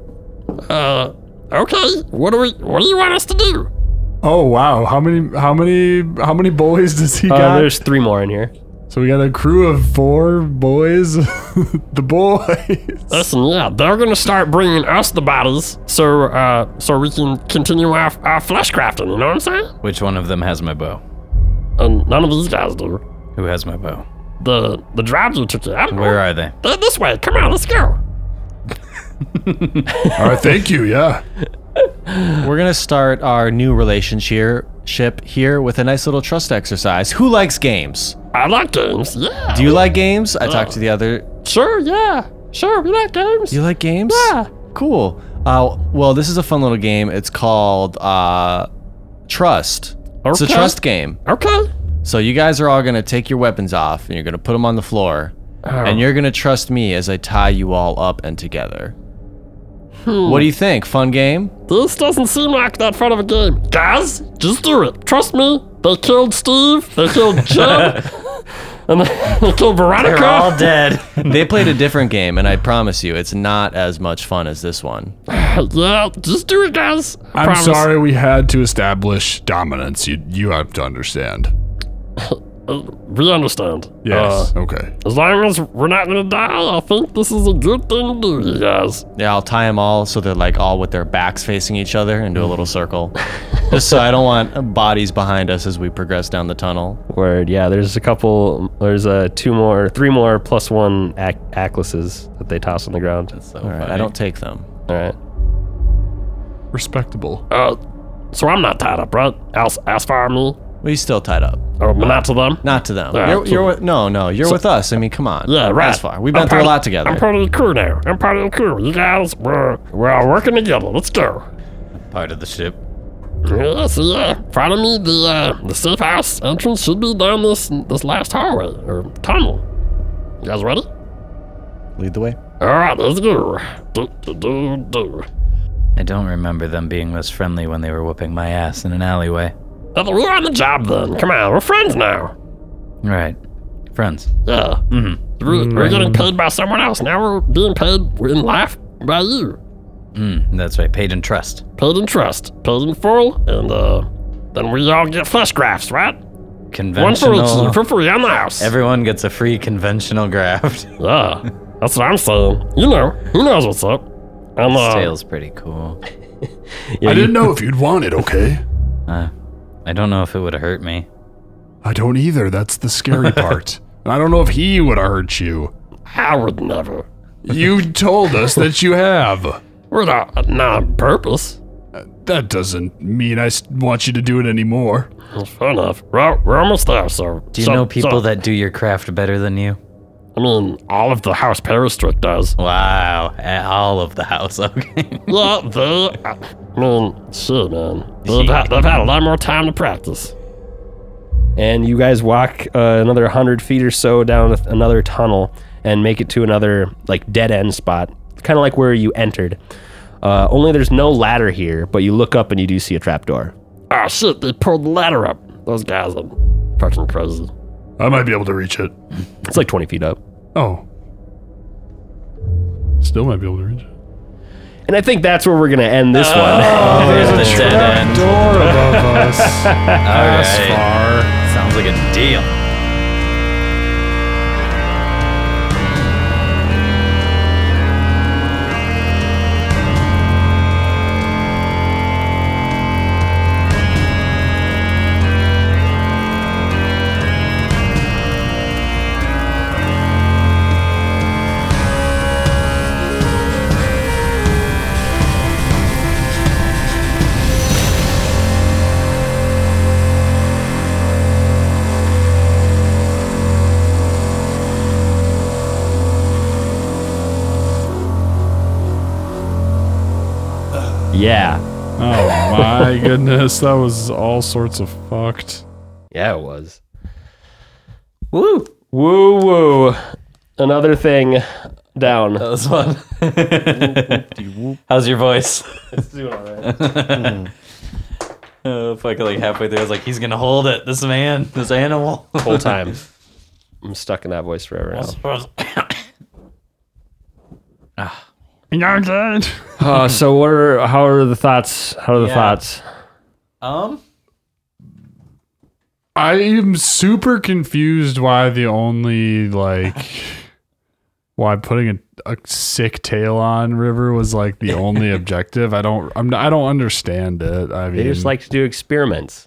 Uh, okay, what do we, what do you want us to do?
oh wow, how many how many how many boys does he
uh,
got?
there's three more in here
So we got a crew of four boys. the boys.
Listen, yeah, they're gonna start bringing us the bodies, so uh, so we can continue our our flesh crafting. You know what I'm saying?
Which one of them has my bow?
And none of these guys do.
Who has my bow?
The the drives we took you. I don't know.
Where are they?
They're Uh, this way. Come on, let's go.
All right, thank you. Yeah.
We're gonna start our new relationship ship here with a nice little trust exercise. Who likes games?
I like games. Yeah.
Do you like games? I talked to the other.
Sure. Yeah. Sure. We like games.
Do you like games?
Yeah.
Cool. Uh, well, this is a fun little game. It's called uh, Trust. It's a
Okay.
trust game.
okay.
So you guys are all gonna take your weapons off and you're gonna put them on the floor, and you're gonna trust me as I tie you all up and together. What do you think? Fun game?
This doesn't seem like that fun of a game, guys. Just do it. Trust me. They killed Steve. They killed Jim. and they, they killed Veronica.
They're all dead.
they played a different game, and I promise you, it's not as much fun as this one.
yeah. Just do it, guys. I
I'm
promise.
sorry we had to establish dominance. You you have to understand.
Uh, we understand.
Yes.
Uh,
okay.
as long as we're not gonna die, I think this is a good thing to do, you guys.
Yeah, I'll tie them all so they're like all with their backs facing each other into a little circle. Just so I don't want bodies behind us as we progress down the tunnel.
Word, yeah. There's a couple. There's uh, two more, three more plus one ac- acclises that they toss on the ground.
So
All right, I
funny.
don't take them.
All right.
Respectable.
Uh, so I'm not tied up, right? As as far me,
We still tied up.
or not to them.
Not to them.
Yeah,
you're, you're
so-
with, no, no, you're with us. I mean, come on.
Yeah, right.
That's far. We've
I'm
been through a
part-
lot together.
I'm part of the crew now. I'm part of the crew. You guys, we're, we're all working together. Let's go.
Part of the ship.
Yeah, so yeah, follow me. The uh, the safe house entrance should be down this this last hallway or tunnel. You guys ready?
Lead the way.
All right, let's go. Do, do, do, do.
I don't remember them being this friendly when they were whooping my ass in an alleyway.
Uh, We're on the job then. Come on, we're friends now.
Right. Friends.
Yeah. Mm-hmm. We're, we're getting paid by someone else. Now we're being paid in life by you.
Mm, that's right. Paid in trust.
Paid in trust, paid in full, and uh, then we all get flesh grafts, right? One for
Conventional.
for free on the house.
Everyone gets a free conventional graft.
yeah, that's what I'm saying. You know, who knows what's up? I'm
This
uh,
tail's pretty cool.
Yeah,
I
you-
didn't know if you'd want it. Okay.
Uh, I don't know if it would have hurt me.
I don't either. That's the scary part. And I don't know if he would have hurt you.
I would never.
You told us that you have.
We're not uh, not on purpose.
That doesn't mean I s- want you to do it anymore.
Fair enough. We're, we're almost there, so.
Do you know people that do your craft better than you?
I mean, all of the house parastrict does.
Wow. At all of the house. Okay.
yeah, they. I mean, shit, man. They've, had, they've had a lot more time to practice.
and you guys walk uh, another hundred feet or so down a- another tunnel and make it to another like dead end spot, kind of like where you entered. Uh, only there's no ladder here, but you look up and you do see a trapdoor.
Ah, shit, they pulled the ladder up. Those guys are fucking crazy.
I might be able to reach it.
It's like 20 feet up.
Oh. Still might be able to reach it.
And I think that's where we're going to end this one.
There's the dead end.
Door above us. That's
Alright.
far.
Sounds like a deal.
Yeah.
Oh my goodness, that was all sorts of fucked.
Yeah, it was. Woo. Woo woo. Another thing down.
That was fun. How's your voice? It's doing alright. oh fuck! Like halfway through, I was like, "He's gonna hold it, this man, this animal."
Full time. I'm stuck in that voice forever now.
You know what I'm saying?
Uh, so what are how are the thoughts? How are the
Yeah.
thoughts?
um,
I am super confused why the only like why putting a, a sick tail on River was like the only objective. I don't I'm not, I don't understand it. I mean
They just like to do experiments.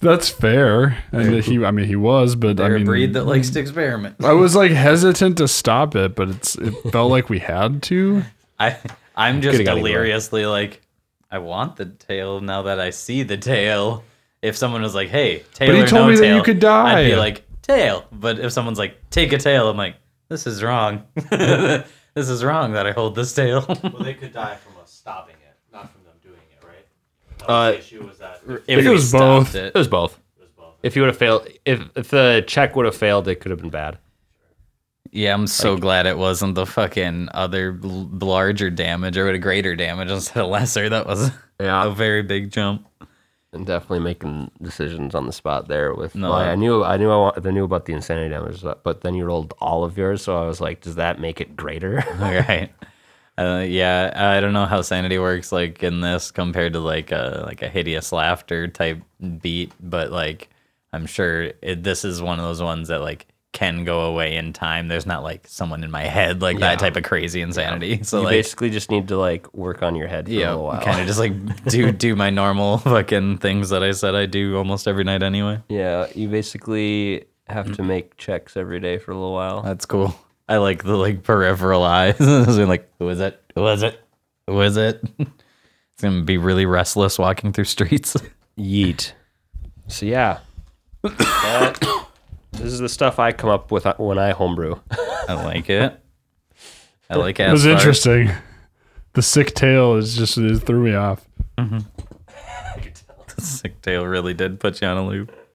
that's fair. And that he I mean he was, but I
they're
mean mm.
a breed that likes to experiment.
I was like hesitant to stop it, but it's it felt like we had to.
I I'm just
Could've got it right.
deliriously like, I want the tail now that I see the tail. If someone was like, "Hey, tail,"
he
or
told
no
me that
tail,
you could
I'd
die.
be like, "Tail." But if someone's like, "Take a tail," I'm like, "This is wrong. this is wrong that I hold this tail."
Well, they could die from us stopping it, not from them doing it, right? uh, the issue was that
it
if we
was
stopped
both.
it.
It was both. If you would have failed, if if the check would have failed, it could have been bad.
Yeah, I'm so glad it wasn't the fucking other l- larger damage or a greater damage instead of lesser. That was
Yeah.
a very big jump.
And definitely making decisions on the spot there with
No.
my- I knew I knew I, wa- I knew about the insanity damage, but- but then you rolled all of yours, so I was like, does that make it greater?
All right. Uh, yeah, I don't know how sanity works like in this compared to like a like a hideous laughter type beat, but like I'm sure it, this is one of those ones that like can go away in time. There's not like someone in my head like that type of crazy insanity. So
you
like
basically just need to like work on your head for a little
yeah,
while.
kind of just like do do my normal fucking things that I said I do almost every night anyway.
Yeah, you basically have to make checks every day for a little while.
That's cool. I like the like peripheral eyes. It's been like, who is it? Who is it? Who is it? It's gonna be really restless walking through streets.
Yeet. So yeah, That- this is the stuff I come up with uh, when I homebrew.
I like it. I like
It was
Aspar.
interesting. The sick tail is just it threw me off.
Sick tail really did put you on a loop.